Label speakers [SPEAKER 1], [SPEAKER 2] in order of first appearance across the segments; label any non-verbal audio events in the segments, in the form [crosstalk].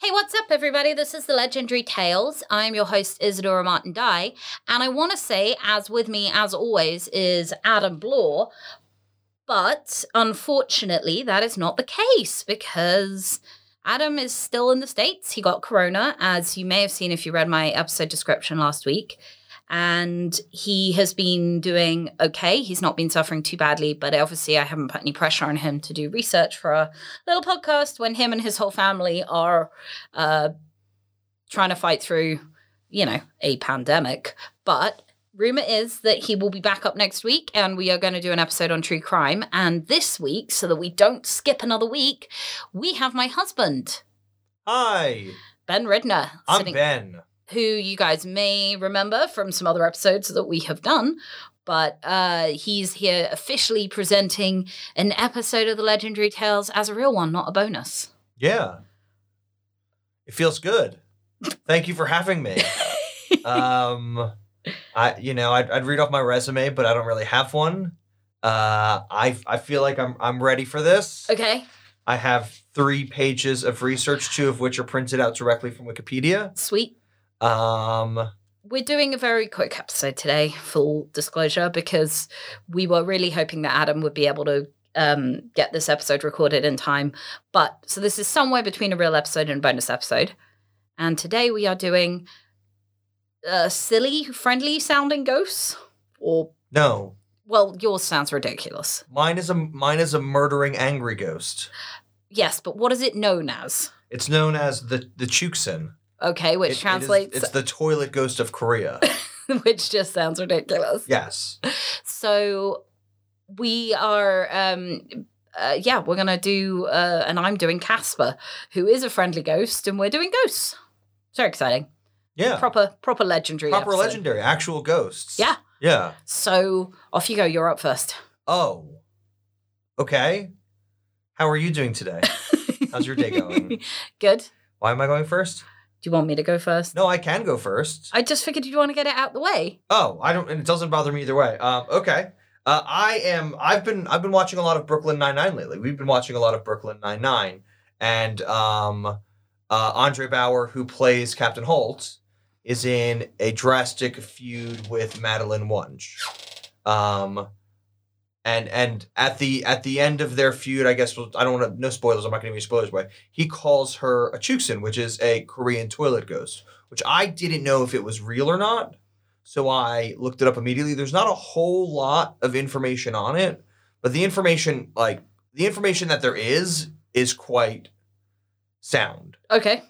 [SPEAKER 1] Hey, what's up, everybody? This is the Legendary Tales. I'm your host, Isadora Martin Dye. And I want to say, as with me, as always, is Adam Bloor. But unfortunately, that is not the case because Adam is still in the States. He got Corona, as you may have seen if you read my episode description last week. And he has been doing okay. He's not been suffering too badly, but obviously, I haven't put any pressure on him to do research for a little podcast when him and his whole family are uh, trying to fight through, you know, a pandemic. But rumor is that he will be back up next week and we are going to do an episode on true crime. And this week, so that we don't skip another week, we have my husband,
[SPEAKER 2] Hi,
[SPEAKER 1] Ben Ridner,
[SPEAKER 2] I'm
[SPEAKER 1] sitting-
[SPEAKER 2] Ben.
[SPEAKER 1] who you guys may remember from some other episodes that we have done. But uh, he's here officially presenting an episode of the Legendary Tales as a real one, not a bonus.
[SPEAKER 2] Yeah. It feels good. Thank you for having
[SPEAKER 1] [laughs]
[SPEAKER 2] me. um I you know, I'd, I'd read off my resume, but I don't really have one. Uh I I feel like I'm I'm ready for this.
[SPEAKER 1] Okay,
[SPEAKER 2] I have 3 pages of research, two of which are printed out directly from Wikipedia.
[SPEAKER 1] sweet.
[SPEAKER 2] Um
[SPEAKER 1] We're doing a very quick episode today, full disclosure, because we were really hoping that Adam would be able to um, get this episode recorded in time. But so this is somewhere between a real episode and a bonus episode. And today we are doing uh, silly, friendly sounding ghosts. Or,
[SPEAKER 2] no,
[SPEAKER 1] well, yours sounds ridiculous.
[SPEAKER 2] mine is a mine is a murdering angry ghost.
[SPEAKER 1] Yes, but what is it known as?
[SPEAKER 2] It's known as the the Chuksin.
[SPEAKER 1] Okay,
[SPEAKER 2] It- it
[SPEAKER 1] which
[SPEAKER 2] is-
[SPEAKER 1] translates,
[SPEAKER 2] it's the toilet ghost of
[SPEAKER 1] [laughs]
[SPEAKER 2] Korea.
[SPEAKER 1] which just sounds ridiculous.
[SPEAKER 2] yes.
[SPEAKER 1] So we are, um, uh, yeah, we're going to do, uh, and I'm doing Casper, who is a friendly ghost, and we're doing ghosts. So exciting.
[SPEAKER 2] Yeah.
[SPEAKER 1] Proper, proper legendary.
[SPEAKER 2] Proper
[SPEAKER 1] episode.
[SPEAKER 2] legendary, actual ghosts.
[SPEAKER 1] Yeah.
[SPEAKER 2] Yeah.
[SPEAKER 1] So off you go. You're up first.
[SPEAKER 2] Oh. Okay. How are you doing today? [laughs] How's
[SPEAKER 1] [laughs]
[SPEAKER 2] your day going?
[SPEAKER 1] Good.
[SPEAKER 2] Why am I going first?
[SPEAKER 1] Do you want me to go first?
[SPEAKER 2] No, I can go first.
[SPEAKER 1] I just figured you'd want to get it out the way.
[SPEAKER 2] Oh, I don't. And it doesn't bother me either way. Um. Okay. Uh, I am. I've been. I've been watching a lot of Brooklyn Nine Nine lately. We've been watching a lot of Brooklyn Nine Nine, and um, uh, Andre Bauer, who plays Captain Holt, is in a drastic feud with Madeline Wunsch. Um, and and at the at the end of their feud, I guess we'll- I don't want to no spoilers. I'm not going to give you spoilers, but he calls her a Chuksin, which is a Korean toilet ghost, which I didn't know if it was real or not. So I looked it up immediately. There's not a whole lot of information on it, but the information like the information that there is is quite sound.
[SPEAKER 1] Okay.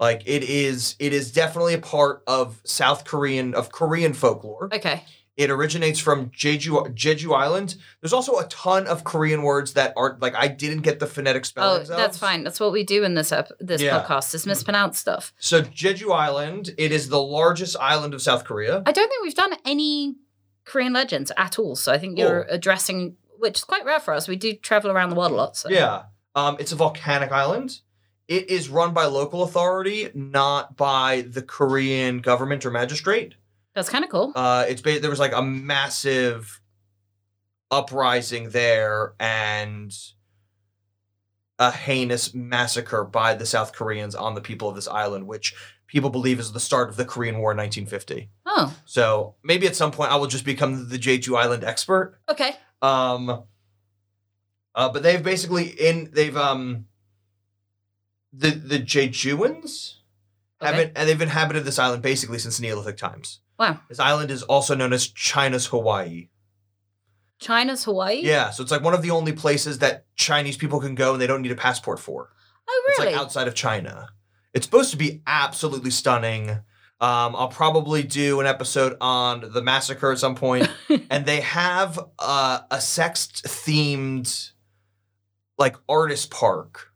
[SPEAKER 2] Like it is it is definitely a part of South Korean of Korean folklore.
[SPEAKER 1] Okay.
[SPEAKER 2] It originates from Jeju, Jeju Island. There's also a ton of Korean words that aren't like I didn't get the phonetic
[SPEAKER 1] Oh,
[SPEAKER 2] spellings.
[SPEAKER 1] that's
[SPEAKER 2] of.
[SPEAKER 1] fine. That's what we do in this ep- this
[SPEAKER 2] Yeah.
[SPEAKER 1] podcast is mispronounce stuff.
[SPEAKER 2] So Jeju Island, it is the largest island of South Korea.
[SPEAKER 1] I don't think we've done any Korean legends at all. So I think you're
[SPEAKER 2] Oh.
[SPEAKER 1] addressing, which is quite rare for us. We do travel around the world a lot. So.
[SPEAKER 2] Yeah. Um, it's a volcanic island. It is run by local authority, not by the Korean government or magistrate.
[SPEAKER 1] That's kind of cool.
[SPEAKER 2] Uh, it's ba- there was like a massive uprising there and a heinous massacre by the South Koreans on the people of this island, which people believe is the start of the Korean War in 1950.
[SPEAKER 1] Oh,
[SPEAKER 2] So maybe at some point I will just become the Jeju Island expert.
[SPEAKER 1] okay.
[SPEAKER 2] Um, uh, but they've basically in they've um the the Jejuans
[SPEAKER 1] Okay.
[SPEAKER 2] haven't and they've inhabited this island basically since Neolithic times.
[SPEAKER 1] Wow.
[SPEAKER 2] This island is also known as China's Hawaii.
[SPEAKER 1] China's Hawaii?
[SPEAKER 2] Yeah, so it's like one of the only places that Chinese people can go and they don't need a passport for.
[SPEAKER 1] Oh, really?
[SPEAKER 2] It's like outside of China. It's supposed to be absolutely stunning. Um, I'll probably do an episode on the massacre at
[SPEAKER 1] [laughs]
[SPEAKER 2] some point, and they have uh, a sext themed, like artist park.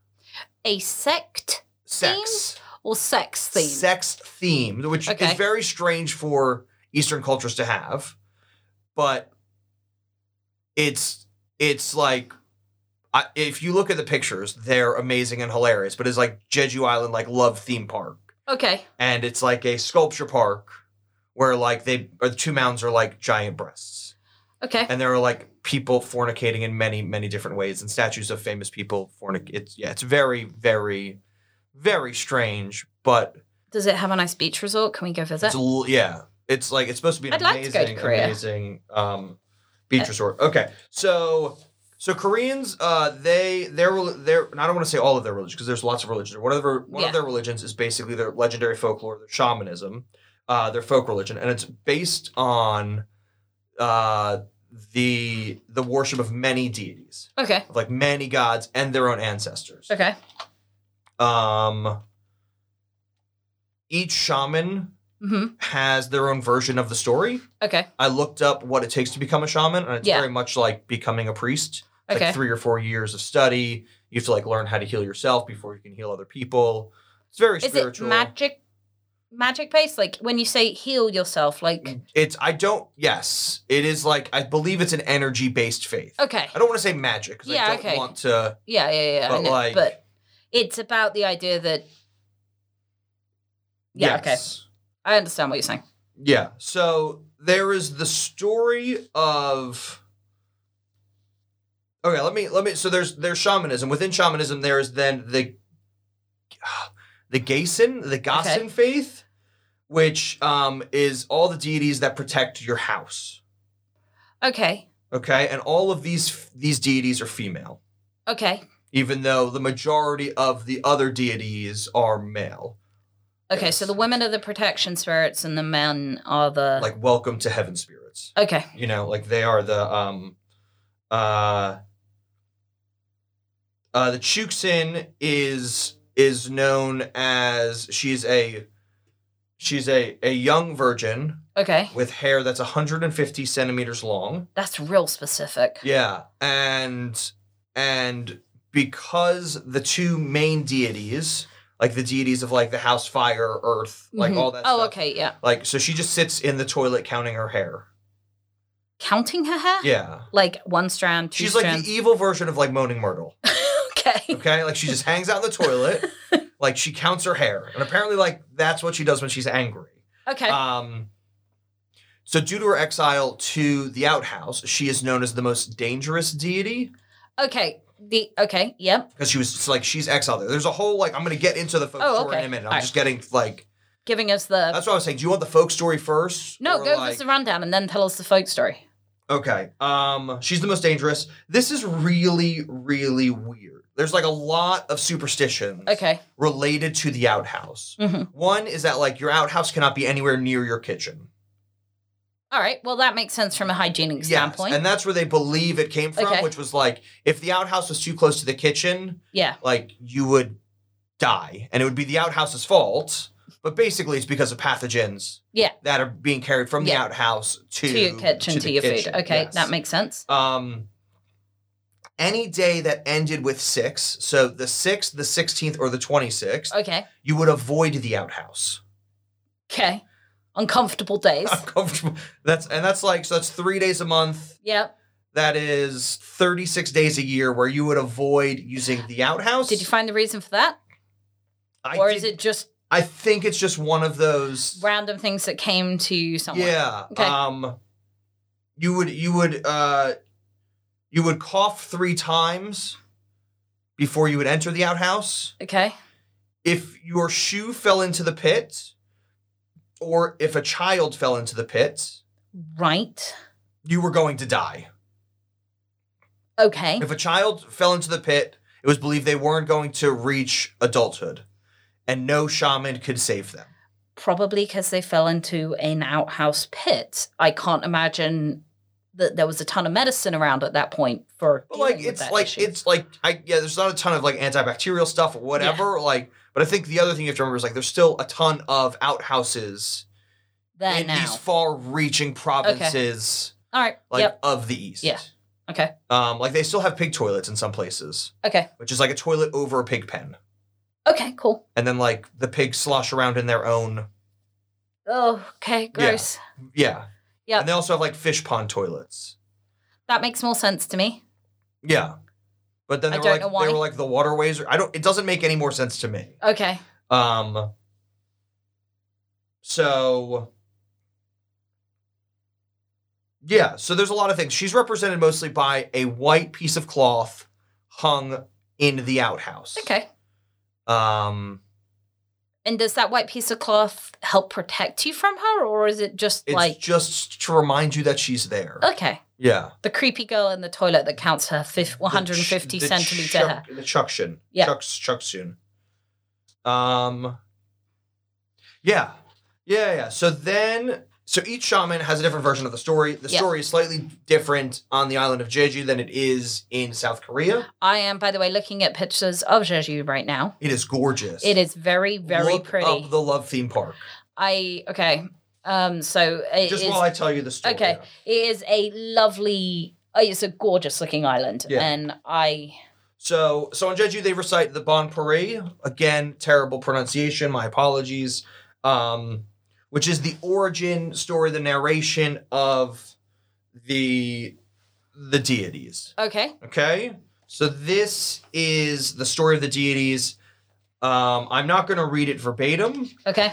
[SPEAKER 1] a sect
[SPEAKER 2] Sex,
[SPEAKER 1] or sex theme?
[SPEAKER 2] sex themed, which
[SPEAKER 1] Okay.
[SPEAKER 2] is very strange for Eastern cultures to have, but it's it's like. I, if you look at the pictures, they're amazing and hilarious. But it's like Jeju Island, like love theme park.
[SPEAKER 1] okay.
[SPEAKER 2] and it's like a sculpture park where like they or the two mounds are like giant breasts
[SPEAKER 1] Okay.
[SPEAKER 2] and there are like people fornicating in many many different ways and statues of famous people fornic it's yeah it's very very very strange, but
[SPEAKER 1] Does it have a nice beach resort? Can we go visit?
[SPEAKER 2] it's l- yeah, it's like it's supposed to be an
[SPEAKER 1] I'd like to
[SPEAKER 2] amazing,
[SPEAKER 1] go to Korea.
[SPEAKER 2] amazing um, beach
[SPEAKER 1] Uh,
[SPEAKER 2] resort. Okay, so so Koreans, uh, they their rel- their and I don't want to say all of their religions because there's lots of religions. One of their one
[SPEAKER 1] Yeah.
[SPEAKER 2] of their religions is basically their legendary folklore, their shamanism, uh, their folk religion, and it's based on uh, the the worship of many deities,
[SPEAKER 1] Okay.
[SPEAKER 2] of like many gods and their own ancestors.
[SPEAKER 1] Okay.
[SPEAKER 2] Um, each shaman
[SPEAKER 1] hmm
[SPEAKER 2] has their own version of the story.
[SPEAKER 1] Okay.
[SPEAKER 2] I looked up what it takes to become a shaman, and it's
[SPEAKER 1] Yeah.
[SPEAKER 2] very much like becoming a priest. It's
[SPEAKER 1] Okay.
[SPEAKER 2] Like three or four years of study. You have to like learn how to heal yourself before you can heal other people. It's very
[SPEAKER 1] Is it
[SPEAKER 2] spiritual.
[SPEAKER 1] magic? Magic based? Like when you say heal yourself, like
[SPEAKER 2] It's I don't yes. It is like I believe it's an energy based faith.
[SPEAKER 1] okay,
[SPEAKER 2] I don't want to say magic because
[SPEAKER 1] Yeah,
[SPEAKER 2] I don't
[SPEAKER 1] okay.
[SPEAKER 2] want to
[SPEAKER 1] yeah, yeah, yeah. I
[SPEAKER 2] but
[SPEAKER 1] know,
[SPEAKER 2] like
[SPEAKER 1] but it's about the idea that. Yeah. Okay.
[SPEAKER 2] yes.
[SPEAKER 1] I understand what you're saying.
[SPEAKER 2] Yeah. So there is the story of Okay, let me let me so there's there's shamanism. Within shamanism there is then the the Gaysen, the Gassen faith, which um is all the deities that protect your house.
[SPEAKER 1] Okay.
[SPEAKER 2] Okay? And all of these these deities are female,
[SPEAKER 1] Okay.
[SPEAKER 2] even though the majority of the other deities are male.
[SPEAKER 1] Okay. So the women are the protection spirits, and the men are the
[SPEAKER 2] Like welcome to heaven spirits.
[SPEAKER 1] Okay.
[SPEAKER 2] you know like they are the um uh uh the Chuksin is is known as she's a she's a a young virgin
[SPEAKER 1] Okay.
[SPEAKER 2] with hair that's 150 centimeters long
[SPEAKER 1] That's real specific.
[SPEAKER 2] yeah and and because the two main deities like the deities of like the house fire earth like
[SPEAKER 1] Mhm.
[SPEAKER 2] all that
[SPEAKER 1] Oh,
[SPEAKER 2] stuff,
[SPEAKER 1] okay. Yeah.
[SPEAKER 2] like so she just sits in the toilet counting her hair
[SPEAKER 1] Counting her hair.
[SPEAKER 2] yeah
[SPEAKER 1] Like one strand, two
[SPEAKER 2] She's like
[SPEAKER 1] strands.
[SPEAKER 2] the evil version of like Moaning Myrtle.
[SPEAKER 1] [laughs] okay.
[SPEAKER 2] Okay, like she just hangs out in the
[SPEAKER 1] [laughs]
[SPEAKER 2] toilet, like she counts her hair, and apparently like that's what she does when she's angry.
[SPEAKER 1] Okay.
[SPEAKER 2] Um, so due to her exile to the outhouse, she is known as the most dangerous deity
[SPEAKER 1] okay. The okay. Yep.
[SPEAKER 2] because she was it's like she's exiled there. There's a whole like I'm gonna get into the folk
[SPEAKER 1] Oh,
[SPEAKER 2] story in
[SPEAKER 1] okay.
[SPEAKER 2] a minute. I'm
[SPEAKER 1] All right.
[SPEAKER 2] just getting like
[SPEAKER 1] Giving us the
[SPEAKER 2] that's what I was saying. Do you want the folk story first?
[SPEAKER 1] No, go
[SPEAKER 2] Or, like-
[SPEAKER 1] give us the rundown and then tell us the folk story.
[SPEAKER 2] Okay. Um, she's the most dangerous. This is really, really weird. There's like a lot of superstitions.
[SPEAKER 1] Okay.
[SPEAKER 2] related to the outhouse.
[SPEAKER 1] hmm
[SPEAKER 2] One is that like your outhouse cannot be anywhere near your kitchen.
[SPEAKER 1] All right. Well, that makes sense from a hygienic
[SPEAKER 2] Yes,
[SPEAKER 1] standpoint.
[SPEAKER 2] And that's where they believe it came from,
[SPEAKER 1] Okay.
[SPEAKER 2] which was like if the outhouse was too close to the kitchen,
[SPEAKER 1] yeah.
[SPEAKER 2] like you would die. And it would be the outhouse's fault. But basically it's because of pathogens
[SPEAKER 1] Yeah.
[SPEAKER 2] that are being carried from the
[SPEAKER 1] Yeah.
[SPEAKER 2] outhouse to,
[SPEAKER 1] To, your kitchen, to,
[SPEAKER 2] the
[SPEAKER 1] your
[SPEAKER 2] kitchen.
[SPEAKER 1] food. Okay.
[SPEAKER 2] Yes.
[SPEAKER 1] That makes sense.
[SPEAKER 2] um any day that ended with six, so the sixth, the sixteenth, or the twenty-sixth,
[SPEAKER 1] Okay.
[SPEAKER 2] you would avoid the outhouse.
[SPEAKER 1] Okay. Uncomfortable
[SPEAKER 2] [laughs]
[SPEAKER 1] days.
[SPEAKER 2] uncomfortable. That's and that's like so that's three days a month.
[SPEAKER 1] yep.
[SPEAKER 2] That is thirty six days a year where you would avoid using the outhouse.
[SPEAKER 1] Did you find the reason for that?
[SPEAKER 2] I
[SPEAKER 1] or
[SPEAKER 2] did-
[SPEAKER 1] is it just
[SPEAKER 2] I think it's just one of those.
[SPEAKER 1] random things that came to someone?
[SPEAKER 2] Yeah.
[SPEAKER 1] Okay.
[SPEAKER 2] Um. You would you would uh, you would cough three times before you would enter the outhouse.
[SPEAKER 1] Okay.
[SPEAKER 2] If your shoe fell into the pit, or if a child fell into the pit,
[SPEAKER 1] Right.
[SPEAKER 2] you were going to die.
[SPEAKER 1] Okay.
[SPEAKER 2] If a child fell into the pit, it was believed they weren't going to reach adulthood, and no shaman could save them.
[SPEAKER 1] Probably because they fell into an outhouse pit. I can't imagine that there was a ton of medicine around at that point for.
[SPEAKER 2] But like,
[SPEAKER 1] dealing with
[SPEAKER 2] it's
[SPEAKER 1] that
[SPEAKER 2] like
[SPEAKER 1] issue.
[SPEAKER 2] it's like I yeah. There's not a ton of like antibacterial stuff or whatever. Like, but I think the other thing you have to remember is like there's still a ton of outhouses
[SPEAKER 1] there
[SPEAKER 2] in
[SPEAKER 1] now.
[SPEAKER 2] these far-reaching provinces
[SPEAKER 1] All right.
[SPEAKER 2] like
[SPEAKER 1] yep.
[SPEAKER 2] of the east.
[SPEAKER 1] Yeah. Okay.
[SPEAKER 2] Um, like they still have pig toilets in some places,
[SPEAKER 1] Okay.
[SPEAKER 2] which is like a toilet over a pig pen,
[SPEAKER 1] Okay. Cool.
[SPEAKER 2] and then like the pigs slosh around in their own.
[SPEAKER 1] Oh, okay, gross.
[SPEAKER 2] Yeah.
[SPEAKER 1] Yeah.
[SPEAKER 2] And they also have like fish pond toilets.
[SPEAKER 1] That makes more sense to me.
[SPEAKER 2] Yeah. But then
[SPEAKER 1] I
[SPEAKER 2] they were
[SPEAKER 1] don't
[SPEAKER 2] like
[SPEAKER 1] know why.
[SPEAKER 2] they were like the waterways. Or, I don't. It doesn't make any more sense to me.
[SPEAKER 1] Okay.
[SPEAKER 2] Um. So. Yeah. So there's a lot of things. She's represented mostly by a white piece of cloth hung in the outhouse.
[SPEAKER 1] Okay.
[SPEAKER 2] Um.
[SPEAKER 1] And does that white piece of cloth help protect you from her, or is it just
[SPEAKER 2] It's
[SPEAKER 1] like
[SPEAKER 2] just to remind you that she's there.
[SPEAKER 1] okay,
[SPEAKER 2] yeah.
[SPEAKER 1] the creepy girl in the toilet that counts her fif- 150
[SPEAKER 2] the ch-
[SPEAKER 1] centimeter
[SPEAKER 2] The,
[SPEAKER 1] hair?
[SPEAKER 2] chuck, the chuckshin.
[SPEAKER 1] Yeah.
[SPEAKER 2] Chucks, chuckshin. Um. Yeah. Yeah, yeah. So then, so each shaman has a different version of the story. The
[SPEAKER 1] Yeah.
[SPEAKER 2] story is slightly different on the island of Jeju than it is in South Korea.
[SPEAKER 1] I am, by the way, looking at pictures of Jeju right now.
[SPEAKER 2] It is gorgeous.
[SPEAKER 1] It is very, very
[SPEAKER 2] Look
[SPEAKER 1] pretty.
[SPEAKER 2] Up the love theme park.
[SPEAKER 1] I okay. Um, so it
[SPEAKER 2] Just
[SPEAKER 1] is-
[SPEAKER 2] while I tell you the story.
[SPEAKER 1] Okay. it is a lovely. oh, It's a gorgeous looking island,
[SPEAKER 2] Yeah.
[SPEAKER 1] and I
[SPEAKER 2] So, so on Jeju, they recite the Bon Pare. Again, terrible pronunciation. My apologies. Um, which is the origin story, the narration of the the deities.
[SPEAKER 1] okay.
[SPEAKER 2] Okay, so this is the story of the deities. Um, I'm not going to read it verbatim,
[SPEAKER 1] Okay.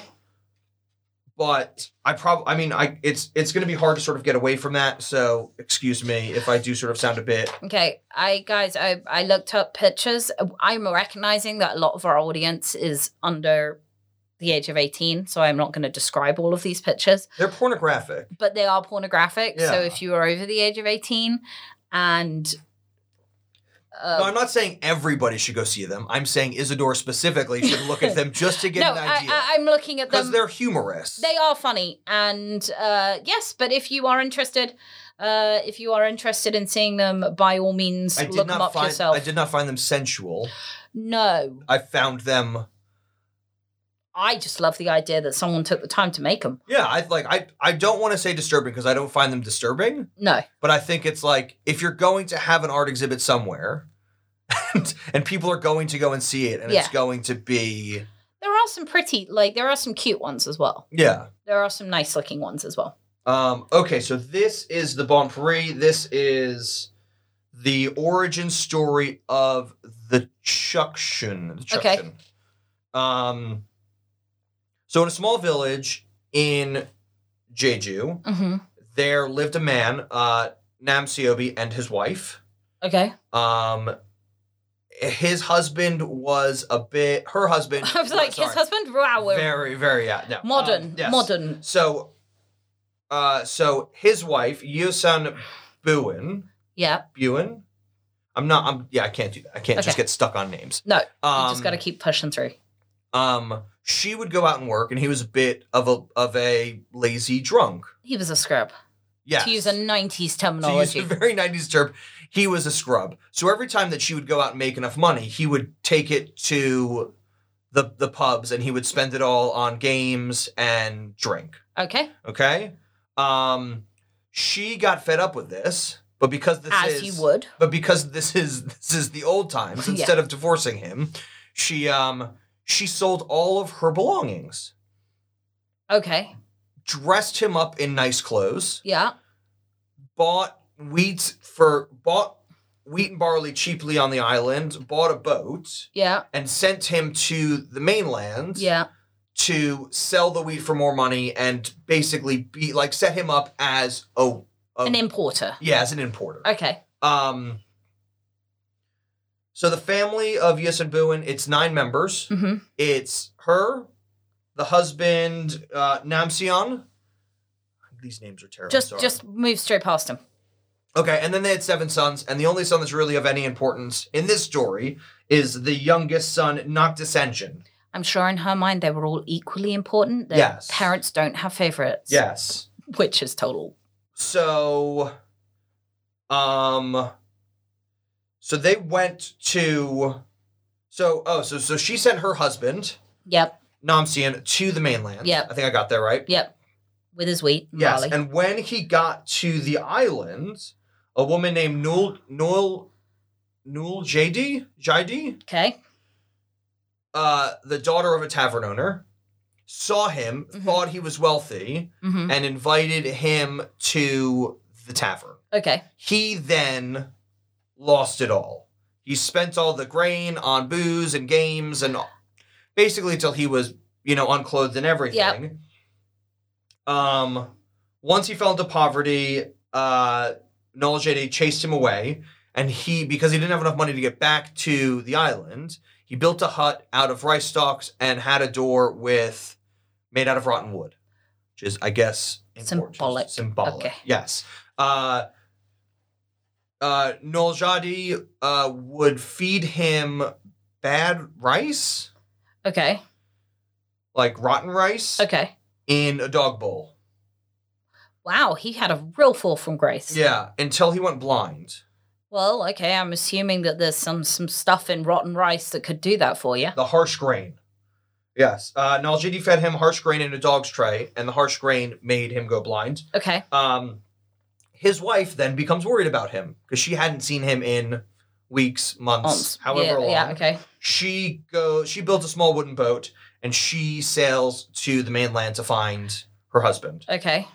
[SPEAKER 2] but I probably, I mean, I it's it's going to be hard to sort of get away from that. So, excuse me if I do sort of sound a bit.
[SPEAKER 1] Okay. I guys, I I looked up pictures. I'm recognizing that a lot of our audience is under the age of 18, so I'm not going to describe all of these pictures,
[SPEAKER 2] They're pornographic.
[SPEAKER 1] but they are pornographic. So
[SPEAKER 2] Yeah.
[SPEAKER 1] if you are over the age of 18 and uh,
[SPEAKER 2] No, I'm not saying everybody should go see them. I'm saying Isidore specifically should look at them just to get
[SPEAKER 1] no,
[SPEAKER 2] an
[SPEAKER 1] I,
[SPEAKER 2] idea.
[SPEAKER 1] I, I'm looking at
[SPEAKER 2] Because
[SPEAKER 1] them.
[SPEAKER 2] they're humorous.
[SPEAKER 1] They are funny, and uh, yes, but if you are interested, uh, if you are interested in seeing them, by all means,
[SPEAKER 2] I
[SPEAKER 1] look
[SPEAKER 2] did
[SPEAKER 1] them
[SPEAKER 2] not
[SPEAKER 1] up
[SPEAKER 2] find
[SPEAKER 1] yourself.
[SPEAKER 2] I did not find them sensual.
[SPEAKER 1] no,
[SPEAKER 2] I found them
[SPEAKER 1] I just love the idea that someone took the time to make them.
[SPEAKER 2] yeah, I like I I don't want to say disturbing because I don't find them disturbing,
[SPEAKER 1] No,
[SPEAKER 2] but I think it's like if you're going to have an art exhibit somewhere [laughs] and, and people are going to go and see it and it's
[SPEAKER 1] Yeah.
[SPEAKER 2] going to be
[SPEAKER 1] there are some pretty, like there are some cute ones as well.
[SPEAKER 2] yeah.
[SPEAKER 1] There are some nice looking ones as well.
[SPEAKER 2] Um, okay, so this is the Bon Prix. This is the origin story of the Chuction. The
[SPEAKER 1] Okay.
[SPEAKER 2] Chuction. Um, so, in a small village in Jeju,
[SPEAKER 1] Mm-hmm.
[SPEAKER 2] there lived a man, uh, Nam Siobi, and his wife.
[SPEAKER 1] Okay, [laughs]
[SPEAKER 2] Um, his husband was a bit. Her husband.
[SPEAKER 1] [laughs] I was like,
[SPEAKER 2] Oh, sorry,
[SPEAKER 1] his husband. Wow, we're
[SPEAKER 2] Very, very, yeah. No.
[SPEAKER 1] modern,
[SPEAKER 2] Um, yes.
[SPEAKER 1] modern.
[SPEAKER 2] So, uh, so his wife Yusun Buin
[SPEAKER 1] Yeah,
[SPEAKER 2] Buin. I'm not. I'm yeah. I can't do that. I can't just
[SPEAKER 1] Okay.
[SPEAKER 2] get stuck on names.
[SPEAKER 1] no,
[SPEAKER 2] Um,
[SPEAKER 1] you just got to keep pushing through.
[SPEAKER 2] um, she would go out and work, and he was a bit of a of a lazy drunk.
[SPEAKER 1] He was a scrub,
[SPEAKER 2] Yes.
[SPEAKER 1] to use a '90s
[SPEAKER 2] To use
[SPEAKER 1] terminology.
[SPEAKER 2] a very 90s term, he was a scrub. So every time that she would go out and make enough money, he would take it to the the pubs and he would spend it all on games and drink.
[SPEAKER 1] okay,
[SPEAKER 2] Okay. Um, she got fed up with this, but because [laughs] this
[SPEAKER 1] as
[SPEAKER 2] is
[SPEAKER 1] you would.
[SPEAKER 2] but because this is this is the old
[SPEAKER 1] [laughs]
[SPEAKER 2] times,
[SPEAKER 1] Yeah.
[SPEAKER 2] instead of divorcing him, she um she sold all of her belongings,
[SPEAKER 1] Okay,
[SPEAKER 2] dressed him up in nice clothes,
[SPEAKER 1] yeah.
[SPEAKER 2] bought wheat for bought wheat and barley cheaply on the island, bought a boat,
[SPEAKER 1] Yeah,
[SPEAKER 2] and sent him to the mainland
[SPEAKER 1] yeah,
[SPEAKER 2] to sell the wheat for more money and basically be like set him up as a, a
[SPEAKER 1] an importer.
[SPEAKER 2] Yeah, as an importer.
[SPEAKER 1] Okay,
[SPEAKER 2] Um. So the family of Yusin Buin, it's nine members.
[SPEAKER 1] hmm
[SPEAKER 2] It's her, the husband uh, Namsion. These names are terrible.
[SPEAKER 1] just
[SPEAKER 2] sorry.
[SPEAKER 1] just move straight past him.
[SPEAKER 2] okay. And then they had seven sons, and the only son that's really of any importance in this story is the youngest son Noctisengin.
[SPEAKER 1] I'm sure in her mind they were all equally important. Their
[SPEAKER 2] Yes.
[SPEAKER 1] parents don't have favorites.
[SPEAKER 2] Yes.
[SPEAKER 1] which is total.
[SPEAKER 2] So, um, so they went to, so oh, so so she sent her husband.
[SPEAKER 1] Yep,
[SPEAKER 2] Namsian to the mainland.
[SPEAKER 1] Yep.
[SPEAKER 2] I think I got that right.
[SPEAKER 1] yep. With his wheat, and
[SPEAKER 2] Yes.
[SPEAKER 1] barley.
[SPEAKER 2] And when he got to the island, a woman named Nul Nul Nul Jadi Jadi,
[SPEAKER 1] okay.
[SPEAKER 2] uh, the daughter of a tavern owner, saw him,
[SPEAKER 1] Mhm.
[SPEAKER 2] thought he was wealthy,
[SPEAKER 1] hmm
[SPEAKER 2] and invited him to the tavern.
[SPEAKER 1] Okay.
[SPEAKER 2] He then lost it all. He spent all the grain on booze and games and all- basically till he was, you know, unclothed and everything. Um, once he fell into poverty, uh, Noel Jedi chased him away, and he because he didn't have enough money to get back to the island, he He built a hut out of rice stalks and had a door with made out of rotten wood, which is, I guess, important.
[SPEAKER 1] Symbolic.
[SPEAKER 2] Symbolic.
[SPEAKER 1] Okay.
[SPEAKER 2] Yes. Uh, uh, Noel Jadi uh, would feed him bad rice,
[SPEAKER 1] Okay.
[SPEAKER 2] like rotten rice,
[SPEAKER 1] Okay.
[SPEAKER 2] in a dog bowl.
[SPEAKER 1] Wow, he had a real fall from grace.
[SPEAKER 2] Yeah, until he went blind.
[SPEAKER 1] Well, okay, I'm assuming that there's some some stuff in rotten rice that could do that for you.
[SPEAKER 2] The harsh grain. Yes. Uh, Naljidi fed him harsh grain in a dog's tray, and the harsh grain made him go blind.
[SPEAKER 1] Okay.
[SPEAKER 2] Um, his wife then becomes worried about him because she hadn't seen him in weeks, months,
[SPEAKER 1] Once.
[SPEAKER 2] however
[SPEAKER 1] yeah,
[SPEAKER 2] long.
[SPEAKER 1] yeah, okay.
[SPEAKER 2] She goes. She builds a small wooden boat and she sails to the mainland to find her husband.
[SPEAKER 1] Okay.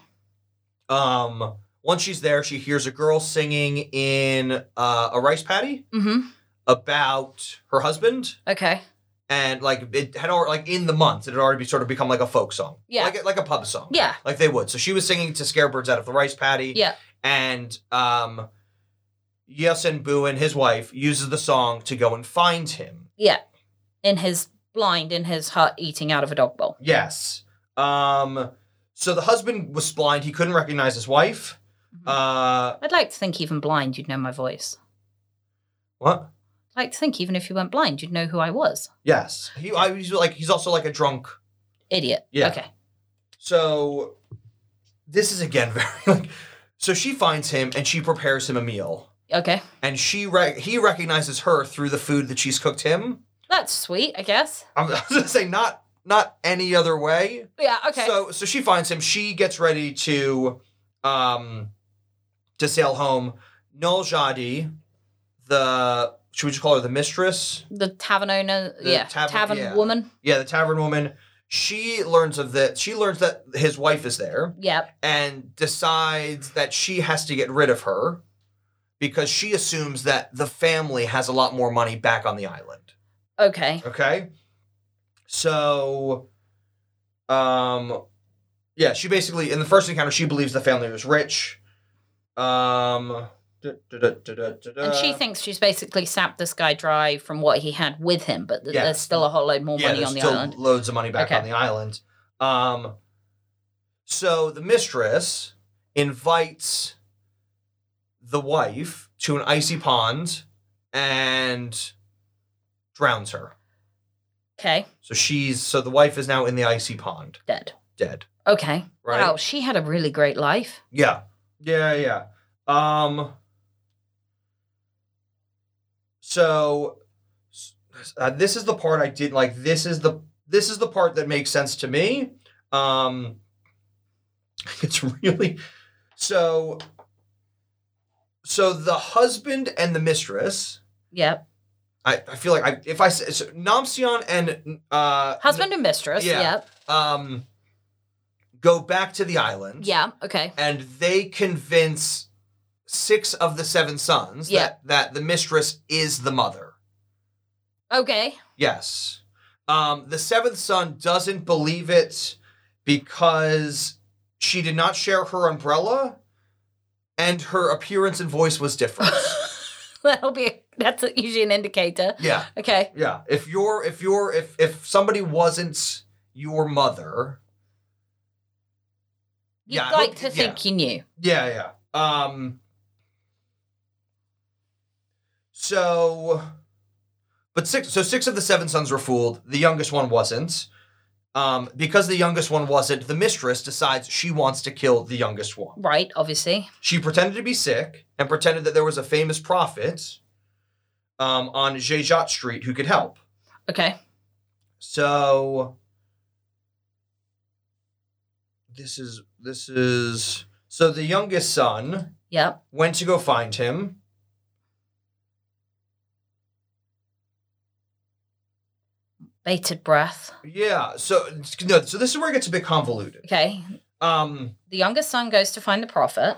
[SPEAKER 2] Um, once she's there, she hears a girl singing in uh, a rice paddy
[SPEAKER 1] Mhm.
[SPEAKER 2] about her husband
[SPEAKER 1] Okay.
[SPEAKER 2] and like it had already like in the months it had already be, sort of become like a folk song
[SPEAKER 1] Yeah.
[SPEAKER 2] like, a- like a pub song
[SPEAKER 1] Yeah.
[SPEAKER 2] like they would so she was singing to scare birds out of the rice paddy
[SPEAKER 1] Yeah.
[SPEAKER 2] and um Yesen Buin, his wife, uses the song to go and find him.
[SPEAKER 1] Yeah. In his blind in his hut eating out of a dog bowl.
[SPEAKER 2] Yes. Um so the husband was blind, he couldn't recognize his wife. Uh
[SPEAKER 1] I'd like to think even blind you'd know my voice.
[SPEAKER 2] what?
[SPEAKER 1] I'd like to think even if you went blind you'd know who I was.
[SPEAKER 2] Yes. He I, he's like he's also like a drunk.
[SPEAKER 1] Idiot.
[SPEAKER 2] Yeah.
[SPEAKER 1] Okay.
[SPEAKER 2] So this is again [laughs] very like so she finds him and she prepares him a meal.
[SPEAKER 1] Okay.
[SPEAKER 2] and she rec- he recognizes her through the food that she's cooked him.
[SPEAKER 1] That's sweet, I guess.
[SPEAKER 2] I'm, [laughs] I was gonna say not not any other way.
[SPEAKER 1] Yeah, okay.
[SPEAKER 2] So so she finds him. She gets ready to um to sail home. Nol Jadi, the should we just call her the mistress?
[SPEAKER 1] the tavern owner,
[SPEAKER 2] The
[SPEAKER 1] yeah,
[SPEAKER 2] tavern-
[SPEAKER 1] tavern,
[SPEAKER 2] yeah.
[SPEAKER 1] woman.
[SPEAKER 2] Yeah, the tavern woman. She learns of that. She learns that his wife is there
[SPEAKER 1] Yeah.
[SPEAKER 2] and decides that she has to get rid of her because she assumes that the family has a lot more money back on the island.
[SPEAKER 1] Okay.
[SPEAKER 2] Okay. So, um, yeah, she basically in the first encounter she believes the family was rich. Um, da- da- da- da- da- da-
[SPEAKER 1] And she
[SPEAKER 2] da.
[SPEAKER 1] thinks she's basically sapped this guy dry from what he had with him, but th-
[SPEAKER 2] Yeah.
[SPEAKER 1] there's still a whole load more
[SPEAKER 2] yeah,
[SPEAKER 1] money
[SPEAKER 2] there's
[SPEAKER 1] on the
[SPEAKER 2] still
[SPEAKER 1] island.
[SPEAKER 2] loads of money back
[SPEAKER 1] Okay.
[SPEAKER 2] on the island. Um, so the mistress invites the wife to an icy pond and drowns her.
[SPEAKER 1] Okay.
[SPEAKER 2] So she's so the wife is now in the icy pond,
[SPEAKER 1] Dead.
[SPEAKER 2] dead.
[SPEAKER 1] Okay.
[SPEAKER 2] Right.
[SPEAKER 1] Wow, she had a really great life.
[SPEAKER 2] Yeah. Yeah, yeah. Um So s- uh, this is the part I did like this is the this is the part that makes sense to me. Um [laughs] it's really so so the husband and the mistress
[SPEAKER 1] Yep.
[SPEAKER 2] I, I feel like I if I s- so Namsion and uh
[SPEAKER 1] Husband and mistress.
[SPEAKER 2] Yeah.
[SPEAKER 1] Yep.
[SPEAKER 2] um go back to the island
[SPEAKER 1] Yeah. Okay.
[SPEAKER 2] and they convince six of the seven sons
[SPEAKER 1] Yeah.
[SPEAKER 2] that, that the mistress is the mother.
[SPEAKER 1] Okay. [laughs]
[SPEAKER 2] Yes. Um, the seventh son doesn't believe it because she did not share her umbrella and her appearance and voice
[SPEAKER 1] [laughs]
[SPEAKER 2] was different.
[SPEAKER 1] That'll be that's usually an indicator.
[SPEAKER 2] yeah.
[SPEAKER 1] Okay.
[SPEAKER 2] Yeah. If you're if you're if if somebody wasn't your mother,
[SPEAKER 1] You'd
[SPEAKER 2] Yeah, I
[SPEAKER 1] like to
[SPEAKER 2] hope-
[SPEAKER 1] think you knew.
[SPEAKER 2] Yeah, yeah. Um So but six so six of the seven sons were fooled. The youngest one wasn't. Um because the youngest one wasn't, the mistress decides she wants to kill the youngest one.
[SPEAKER 1] Right, obviously.
[SPEAKER 2] She pretended to be sick and pretended that there was a famous prophet um on Jejat Street who could help.
[SPEAKER 1] Okay.
[SPEAKER 2] So this is this is so the youngest son
[SPEAKER 1] Yep.
[SPEAKER 2] went to go find him.
[SPEAKER 1] Bated breath.
[SPEAKER 2] Yeah, so no, so this is where it gets a bit convoluted.
[SPEAKER 1] Okay.
[SPEAKER 2] Um,
[SPEAKER 1] The youngest son goes to find the prophet.